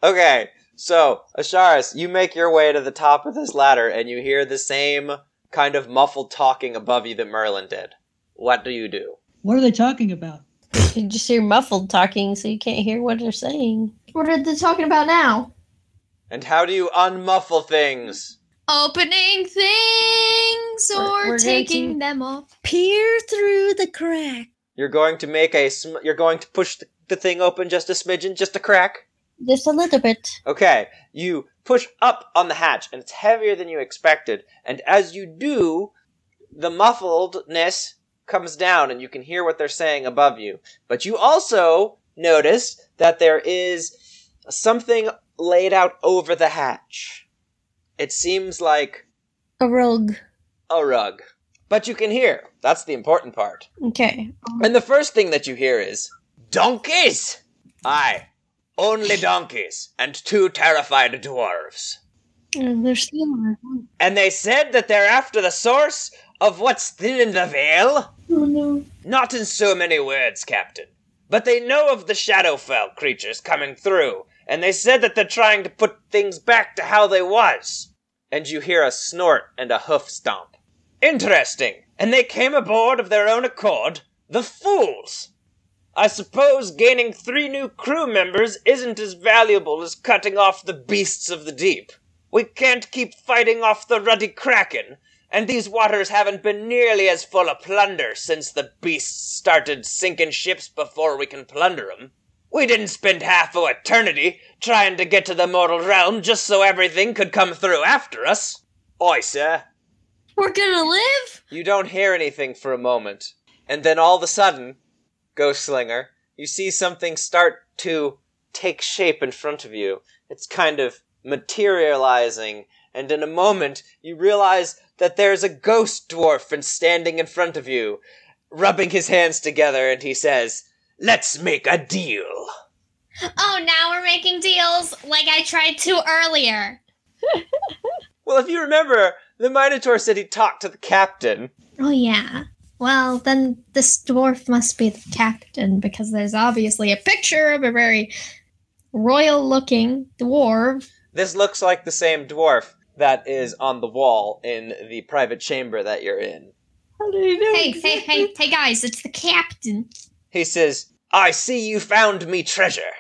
Okay, so Asharis, you make your way to the top of this ladder and you hear the same kind of muffled talking above you that Merlin did. What do you do?
What are they talking about?
You can just hear muffled talking, so you can't hear what they're saying.
What are they talking about now?
And how do you unmuffle things?
Opening things or
We're- we're going
taking
to-
them off.
Peer through the crack.
You're going to make a sm- you're going to push the, the thing open just a smidgen, just a crack.
Just a little bit.
Okay, you push up on the hatch, and it's heavier than you expected. And as you do, the muffledness comes down, and you can hear what they're saying above you. But you also notice that there is something laid out over the hatch. It seems like
A rogue.
a rug. But you can hear. That's the important part.
Okay.
And the first thing that you hear is donkeys! Aye, only donkeys, and two terrified dwarves.
And they're stealing.
Oh,
And they said that they're after the source of what's thin in the veil?
Oh no.
Not in so many words, Captain. But they know of the Shadowfell creatures coming through, and they said that they're trying to put things back to how they was. And you hear a snort and a hoof stomp. Interesting. And they came aboard of their own accord, the fools. I suppose gaining three new crew members isn't as valuable as cutting off the beasts of the deep. We can't keep fighting off the ruddy kraken, and these waters haven't been nearly as full of plunder since the beasts started sinking ships before we can plunder 'em. We didn't spend half o' eternity trying to get to the mortal realm just so everything could come through after us. Oi, sir.
We're gonna live?
You don't hear anything for a moment, and then all of a sudden, Ghost Slinger, you see something start to take shape in front of you. It's kind of materializing, and in a moment, you realize that there's a ghost dwarf and standing in front of you, rubbing his hands together, and he says, Let's make a deal.
Oh, now we're making deals like I tried to earlier.
Well, if you remember, the Minotaur said he talked to the captain.
Oh, yeah. Well, then this dwarf must be the captain because there's obviously a picture of a very royal looking dwarf.
This looks like the same dwarf that is on the wall in the private chamber that you're in.
How did he do
Hey,
it?
hey, hey, hey, guys! It's the captain.
He says, I see you found me treasure.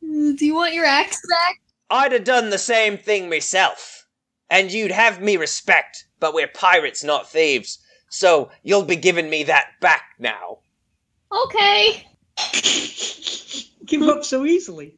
Do you want your axe back?
I'd have done the same thing myself. And you'd have me respect, but we're pirates, not thieves. So you'll be giving me that back now.
Okay.
Give up so easily.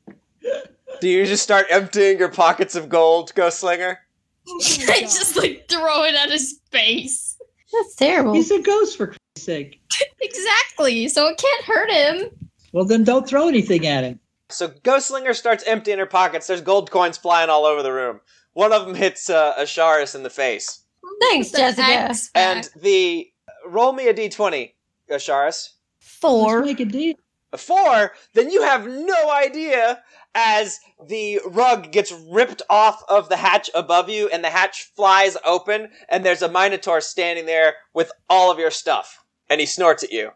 Do you just start emptying your pockets of gold, Ghostslinger?
I just like throw it at his face.
That's terrible.
He's a ghost for Christ's sake.
Exactly. So it can't hurt him.
Well, then don't throw anything at him.
So Ghostslinger starts emptying her pockets. There's gold coins flying all over the room. One of them hits uh, Asharis in the face.
Thanks,
The
Jessica.
axe back.
And the. Roll me a d20, Asharis.
Four.
Let's make a deal.
four, then you have no idea as the rug gets ripped off of the hatch above you and the hatch flies open and there's a minotaur standing there with all of your stuff. And he snorts at you.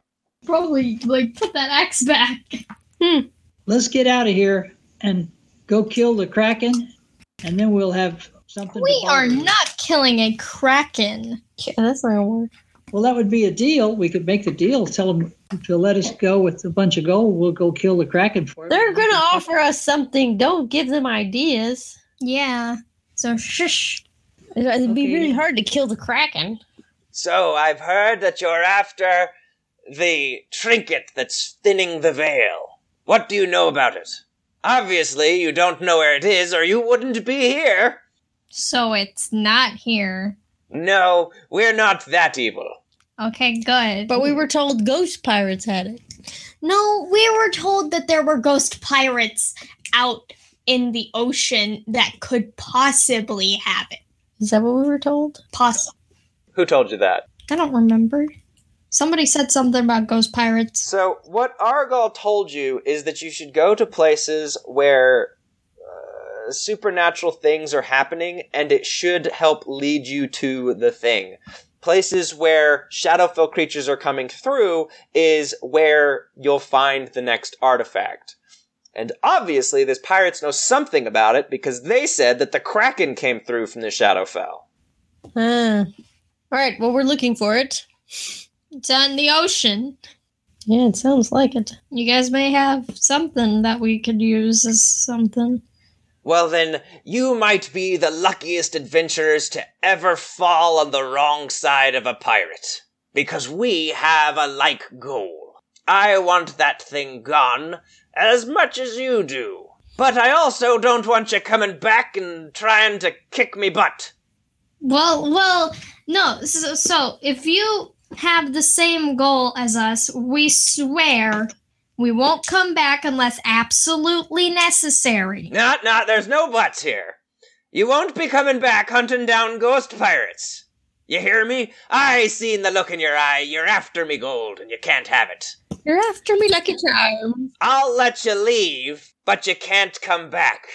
probably like put that axe back.
Let's get out of here and go kill the kraken, and then we'll have something. to
We are
bargain with.
not killing a kraken.
Yeah, that's not gonna work.
Well, that would be a deal. We could make the deal. Tell them to let us go with a bunch of gold. We'll go kill the kraken for it.
They're gonna offer us something. Don't give them ideas.
Yeah. So shush.
It'd be
Okay.
really hard to kill the kraken.
So I've heard that you're after the trinket that's thinning the veil. What do you know about it? Obviously, you don't know where it is, or you wouldn't be here.
So it's not here.
No, we're not that evil.
Okay, good.
But we were told ghost pirates had it.
No, we were told that there were ghost pirates out in the ocean that could possibly have it.
Is that what we were told?
Possible.
Who told you that?
I don't remember. Somebody said something about ghost pirates.
So, what Argal told you is that you should go to places where uh, supernatural things are happening, and it should help lead you to the thing. Places where shadowfell creatures are coming through is where you'll find the next artifact. And obviously, these pirates know something about it because they said that the Kraken came through from the Shadowfell.
Ah. All right. Well, we're looking for it.
It's on the ocean.
Yeah, it sounds like it.
You guys may have something that we could use as something.
Well, then, you might be the luckiest adventurers to ever fall on the wrong side of a pirate. Because we have a like goal. I want that thing gone as much as you do. But I also don't want you coming back and trying to kick me butt.
Well, well, no. So, so if you have the same goal as us, we swear we won't come back unless absolutely necessary.
Not, not, there's no buts here. You won't be coming back hunting down ghost pirates. You hear me? I seen the look in your eye. You're after me gold, and you can't have it.
You're after me like a charm.
I'll let you leave, but you can't come back.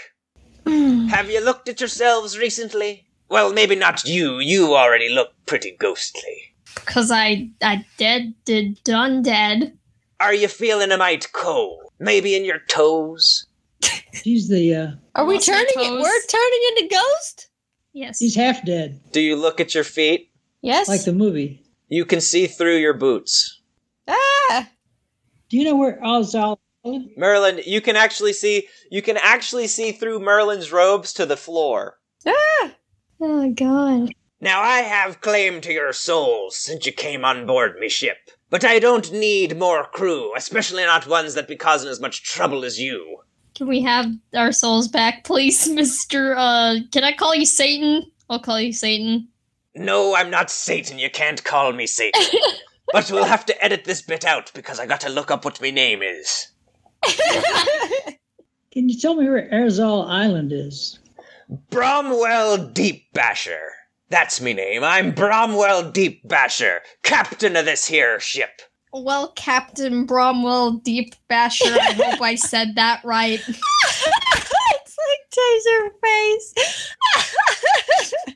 Have you looked at yourselves recently? Well, maybe not you. You already look pretty ghostly.
Cause I, I dead did done dead.
Are you feeling a mite cold? Maybe in your toes?
He's the. Uh,
Are we
Lost my
turning it?
toes.
We're turning into ghost?
Yes.
he's half dead,
Do you look at your feet?
Yes.
like the movie.
You can see through your boots.
ah!
Do you know where Ozal?
Merlin, you can actually see you can actually see through Merlin's robes to the floor.
Oh god.
Now I have claim to your souls since you came on board me ship, but I don't need more crew, especially not ones that be causing as much trouble as you.
Can we have our souls back, please, Mister? Uh, can I call you Satan? I'll call you Satan.
No, I'm not Satan. You can't call me Satan. but we'll have to edit this bit out because I got to look up what my name is.
Can you tell me where Arizal Island is?
Bromwell Deep Basher. That's me name. I'm Bromwell Deep Basher, captain of this here ship.
Well, Captain Bromwell Deep Basher, I hope I said that right.
it's like Taser face.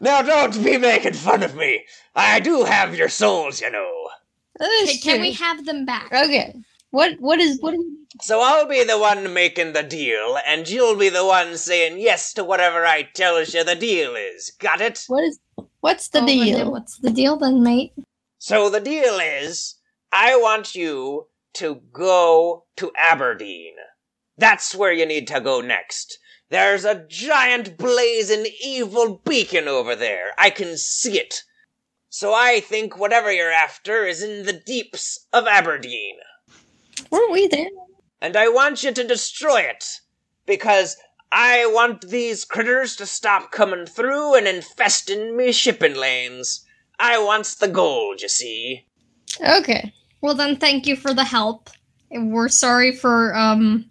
Now don't be making fun of me. I do have your souls, you know.
That
Can,
is
can
true.
we have them back?
Okay. What? What is? What? Is,
So I'll be the one making the deal, and you'll be the one saying yes to whatever I tells you the deal is. Got it?
what is? What's the
Well, Oh, then
deal?
What's the deal then, mate?
So the deal is, I want you to go to Aberdeen. That's where you need to go next. There's a giant blazing evil beacon over there. I can see it. So I think whatever you're after is in the deeps of Aberdeen.
Weren't we there?
And I want you to destroy it. Because I want these critters to stop coming through and infesting me shipping lanes. I wants the gold, you see.
Okay.
Well, then, thank you for the help. And we're sorry for um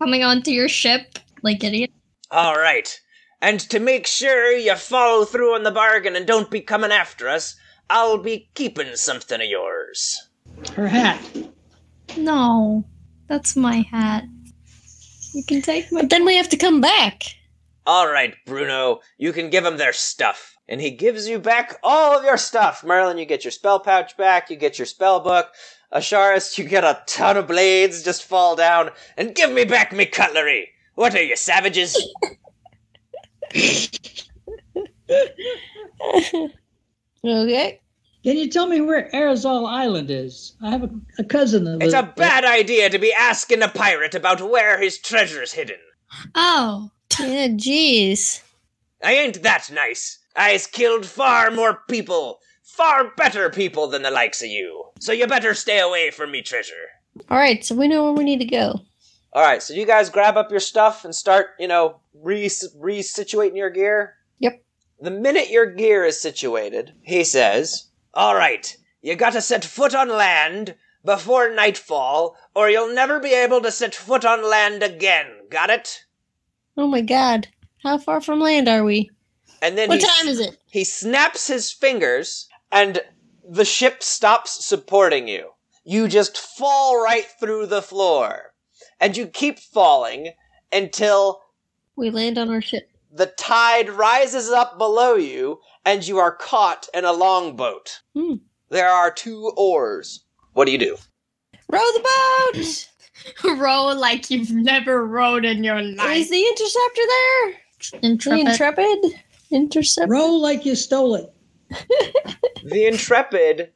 coming onto your ship like idiots.
All right. And to make sure you follow through on the bargain and don't be coming after us, I'll be keeping something of yours.
Her hat.
No, that's my hat. You can take my.
But then we have to come back.
All right, Bruno, you can give him their stuff. And he gives you back all of your stuff. Merlin, you get your spell pouch back, you get your spell book. Asharis, you get a ton of blades, just fall down. And give me back me cutlery! What are you, savages?
Okay.
Can you tell me where Arizal Island is? I have a, a cousin that
it's
lives
a bad idea to be asking a pirate about where his treasure's hidden.
Oh,
Yeah, jeez.
I ain't that nice. I's killed far more people, far better people than the likes of you. So you better stay away from me treasure.
All right, so we know where we need to go.
All right, so you guys grab up your stuff and start, you know, re resituating your gear.
Yep.
The minute your gear is situated, he says, "All right, you got to set foot on land before nightfall, or you'll never be able to set foot on land again. Got it?"
Oh my god. How far from land are we?
And then
What
he
time is it?
He snaps his fingers, and the ship stops supporting you. You just fall right through the floor. And you keep falling until
We land on our ship.
the tide rises up below you, and you are caught in a longboat.
Hmm.
There are two oars. What do you do?
Row the boat!
row like you've never rowed in your
Is
life.
the interceptor there? The intrepid?
there.
Interceptor?
Roll like you stole it.
the Intrepid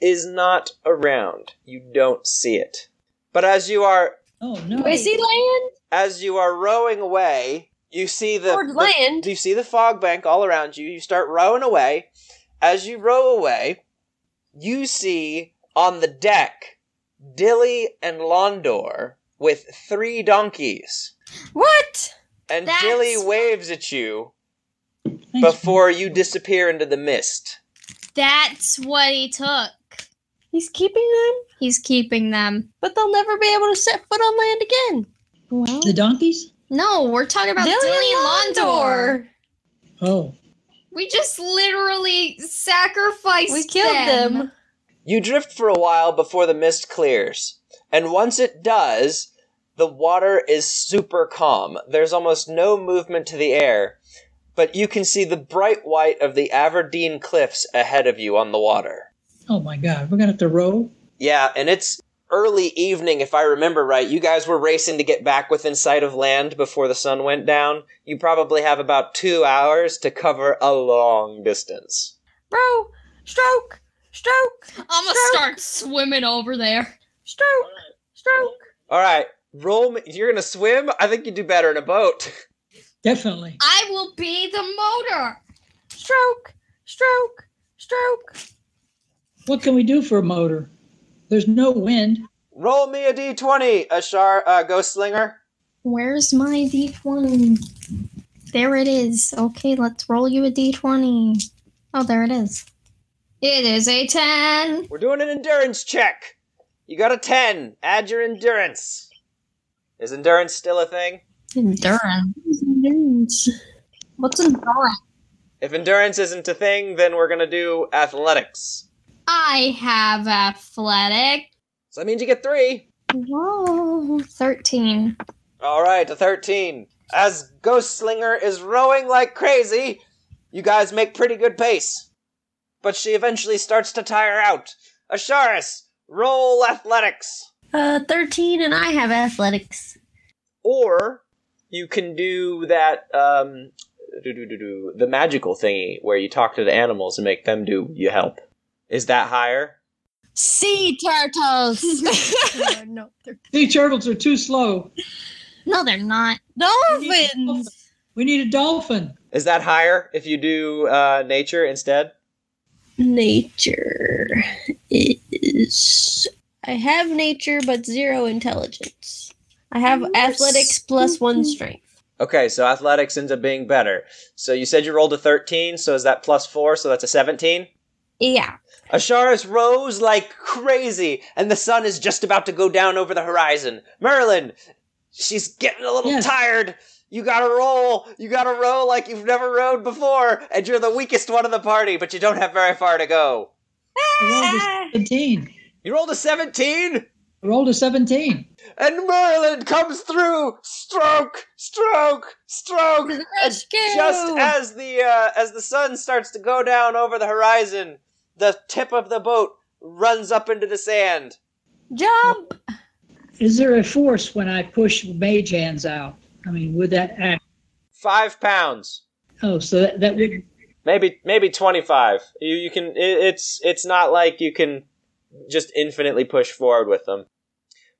is not around. You don't see it. But as you are
Oh no.
I see land?
as you are rowing away, you see the,
Toward
the-
land?
You see the fog bank all around you. You start rowing away. As you row away, you see on the deck Dilly and Londor with three donkeys.
What?
And
That's
Dilly
what-
waves at you
Thanks.
before you disappear into the mist.
That's what he took.
He's keeping them,
He's keeping them.
but they'll never be able to set foot on land again. Well,
The donkeys?
No, we're talking about Dilly, and Londor.
Oh.
We just literally sacrificed.
We killed them.
You drift for a while before the mist clears. And once it does, the water is super calm. There's almost no movement to the air, but you can see the bright white of the Aberdeen cliffs ahead of you on the water.
Oh my god. We're gonna have to row.
Yeah, and it's early evening, if I remember right. You guys were racing to get back within sight of land before the sun went down. You probably have about two hours to cover a long distance.
Row, stroke, stroke,
I'm gonna start swimming over there.
stroke, stroke.
All right, roll. Me- You're gonna swim. I think you do better in a boat.
Definitely.
I will be the motor.
stroke, stroke, stroke.
What can we do for a motor? There's no wind.
Roll me a d20, Ashar, uh, Ghost Slinger.
Where's my d20? There it is. Okay, let's roll you a d20. Oh, there it is. It is a 10.
We're doing an endurance check. You got a 10. Add your endurance. Is endurance still a thing?
Endurance. What's endurance?
If endurance isn't a thing, then we're going to do athletics.
I have athletic.
So that means you get three.
Whoa, 13.
All right, a 13. As Ghost Slinger is rowing like crazy, you guys make pretty good pace. But she eventually starts to tire out. Asharis, roll athletics.
Uh, 13 and I have athletics.
or you can do that um, doo-doo-doo-doo, the magical thingy where you talk to the animals and make them do you help. Is that higher?
Sea turtles.
Oh, no, they're-
Sea turtles are too slow.
no, they're not.
Dolphins.
We need a dolphin.
Is that higher if you do uh, nature instead?
Nature is. I have nature, but zero intelligence. I have athletics plus one strength.
Okay, so athletics ends up being better. So you said you rolled a 13, so is that plus 4, so that's a 17?
Yeah.
Asharis rose like crazy, and the sun is just about to go down over the horizon. Merlin, she's getting a little
Yes.
tired. You gotta roll. You gotta roll like you've never rowed before, and you're the weakest one of the party, but you don't have very far to go.
I rolled a 17.
You rolled a 17,
I rolled a 17.
and Merlin comes through. Stroke, stroke, stroke. And just as the uh, as the sun starts to go down over the horizon, the tip of the boat runs up into the sand.
Jump.
Is there a force when I push mage hands out? I mean, would that act?
Five pounds.
Oh, so that, that would.
maybe maybe 25 you you can it, it's it's not like you can just infinitely push forward with them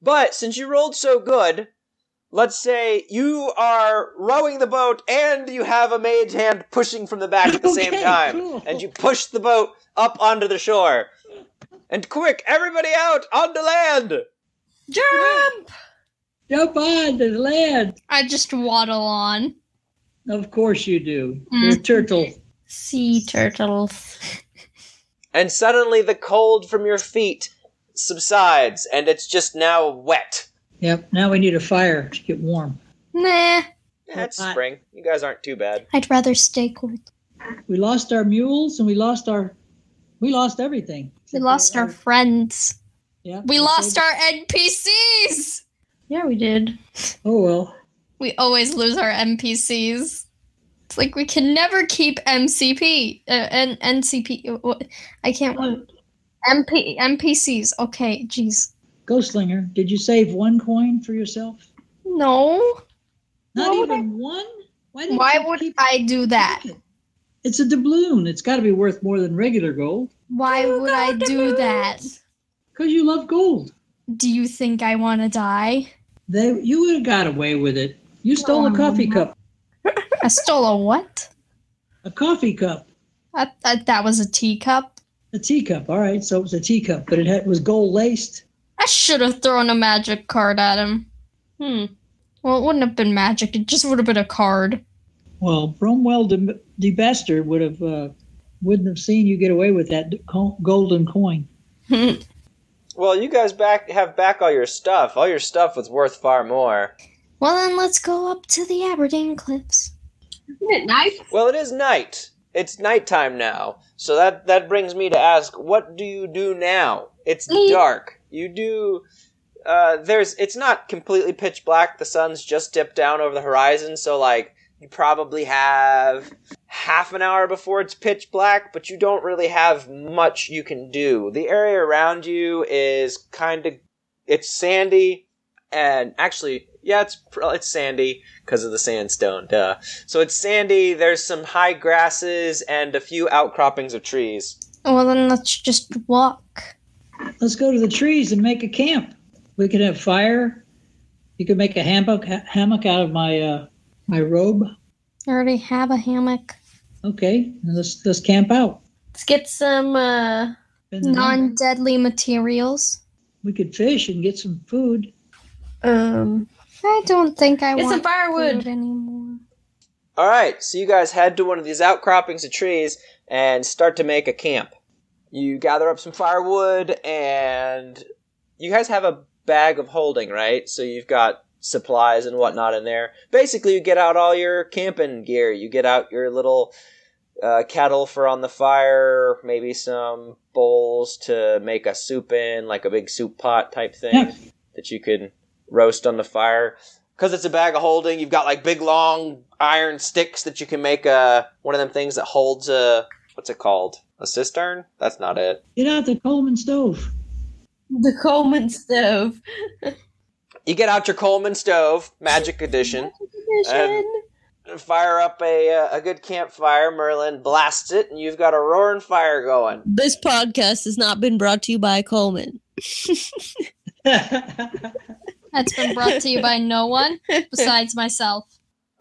but since you rolled so good let's say you are rowing the boat and you have a mage hand pushing from the back at the same
Okay,
time
cool.
and you push the boat up onto the shore and quick everybody out onto land
Jump.
Jump on the land.
I just waddle on. Mm.
Of course you do. You're a turtle.
Sea turtles.
and suddenly the cold from your feet subsides and it's just now wet
Yep. Now we need a fire to get warm.
Nah,
that's
Hot.
spring you guys aren't too bad
I'd rather stay cold.
We lost our mules and we lost our. We lost everything.
we lost our friends.
Yeah.
We lost our NPCs.
Yeah, we did.
Oh well.
We always lose our NPCs. It's like we can never keep MCP uh, and NCP. uh, what- I can't. MP NPCs. Okay, jeez.
Ghostlinger, did you save one coin for yourself?
No.
Not
Why would
even one. Why, didn't
Why
you
would
keep
I do that?
it? It's a doubloon. It's got to be worth more than regular gold
Why would I do that?
because you love gold.
Do you think I want to die?
They, you would have got away with it. You stole a coffee cup.
I stole a what?
A coffee cup.
I, I, that was a teacup.
A teacup. All right. So it was a teacup, but it had, was gold laced.
I should have thrown a magic card at him.
Hmm.
Well, it wouldn't have been magic. It just would have been a card.
Well, Bromwell de, de Bastard would have uh, wouldn't have seen you get away with that co- golden coin.
Well, you guys back have back all your stuff. All your stuff was worth far more.
Well, then let's go up to the Aberdeen Cliffs.
Nice.
Well, it is night. It's nighttime now. So that that brings me to ask, what do you do now? It's dark. You do uh there's it's not completely pitch black. The sun's just dipped down over the horizon, so like you probably have half an hour before it's pitch black, but you don't really have much you can do. The area around you is kind of it's sandy and actually yeah, it's pr- it's sandy because of the sandstone. Duh. So it's sandy, there's some high grasses and a few outcroppings of trees.
Well, then let's just walk.
Let's go to the trees and make a camp. We could have fire. You could make a hammock hammock out of my uh, my robe.
I already have a hammock.
Okay, and let's let's camp out.
Let's get some. uh
Spend the night.
Non deadly materials.
We could fish and get some food.
Um.
I don't think I
Get some
want
firewood.
food anymore.
All right, so you guys head to one of these outcroppings of trees and start to make a camp. You gather up some firewood and you guys have a bag of holding, right? So you've got supplies and whatnot in there. Basically, you get out all your camping gear. You get out your little uh, kettle for on the fire, maybe some bowls to make a soup in, like a big soup pot type thing
Yeah.
that you can roast on the fire. Because it's a bag of holding, you've got like big long iron sticks that you can make a one of them things that holds a what's it called? A cistern? That's not it.
Get out the Coleman stove.
The Coleman stove.
You get out your Coleman stove, Magic Edition.
Um, Edition.
fire up a uh, a good campfire. Merlin blasts it, and you've got a roaring fire going.
This podcast has not been brought to you by Coleman.
That's been brought to you by no one besides myself.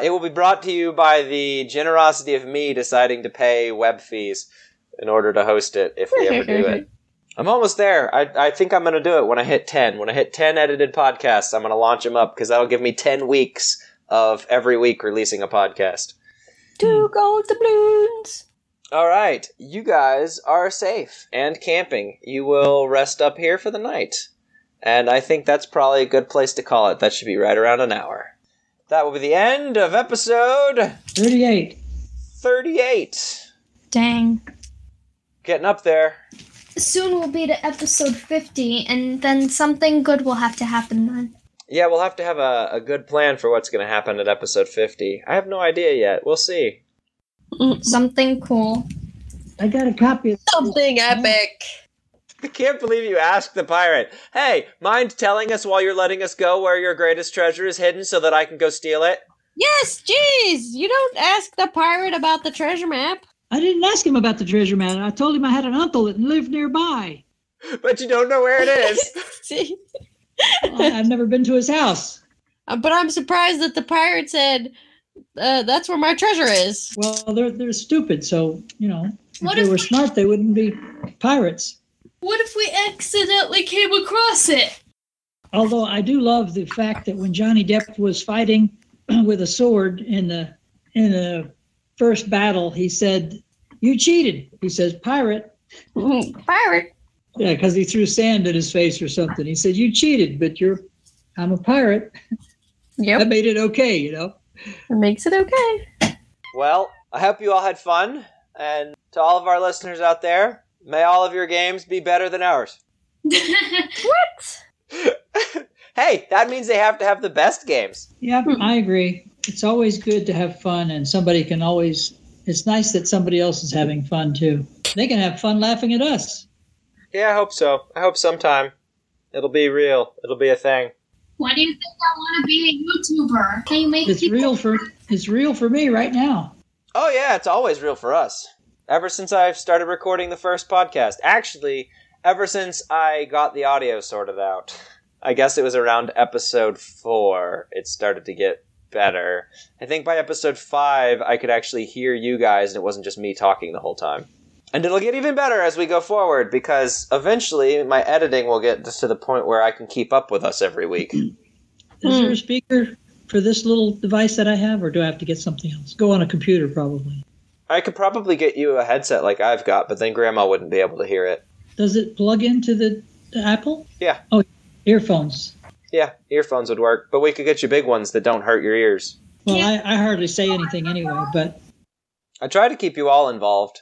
It will be brought to you by the generosity of me deciding to pay web fees in order to host it if we ever do it. I'm almost there. I, I think I'm going to do it when I hit 10. When I hit 10 edited podcasts, I'm going to launch them up because that'll give me 10 weeks of every week releasing a podcast.
Two gold doubloons.
All right. You guys are safe and camping. You will rest up here for the night. And I think that's probably a good place to call it. That should be right around an hour. That will be the end of episode
38.
38.
Dang.
Getting up there.
Soon we'll be to episode 50, and then something good will have to happen then.
Yeah, we'll have to have a, a good plan for what's going to happen at episode 50. I have no idea yet. We'll see.
Mm.
Something cool.
I got a copy of
Oh.
Something epic.
I can't believe you asked the pirate. Hey, mind telling us while you're letting us go where your greatest treasure is hidden so that I can go steal it?
Yes, jeez. You don't ask the pirate about the treasure map.
I didn't ask him about the treasure man. I told him I had an uncle that lived nearby.
But you don't know where it is.
See?
I, I've never been to his house.
Uh, But I'm surprised that the pirate said, uh, that's where my treasure is.
Well, they're they're stupid, so you know
What
if they
if
were
we-
smart, they wouldn't be pirates.
What if we accidentally came across it?
Although I do love the fact that when Johnny Depp was fighting with a sword in the in the first battle, he said, "You cheated." He says, "Pirate."
Pirate.
Yeah, because he threw sand in his face or something. He said, "You cheated, but you're, I'm a pirate."
Yep.
That made it okay, you know.
That makes it okay.
well, I hope you all had fun. And to all of our listeners out there, may all of your games be better than ours. Hey, that means they have to have the best games.
Yeah, I agree. It's always good to have fun, and somebody can always. It's nice that somebody else is having fun too. They can have fun laughing at us.
Yeah, I hope so. I hope sometime it'll be real, it'll be a thing.
Why do you think I want to be a YouTuber? Can you make
It's real for it's real for me right now.
Oh yeah, it's always real for us. Ever since I've started recording the first podcast, actually, ever since I got the audio sorted out. I guess it was around episode 4 it started to get better. I think by episode 5 I could actually hear you guys and it wasn't just me talking the whole time. And it'll get even better as we go forward because eventually my editing will get just to the point where I can keep up with us every week.
Is there a speaker for this little device that I have, or do I have to get something else? Go on a computer, probably.
I could probably get you a headset like I've got, but then grandma wouldn't be able to hear it.
Does it plug into the, the Apple?
Yeah.
Oh, earphones.
Yeah, earphones would work, but we could get you big ones that don't hurt your ears.
Well, I, I hardly say anything anyway, but
I try to keep you all involved.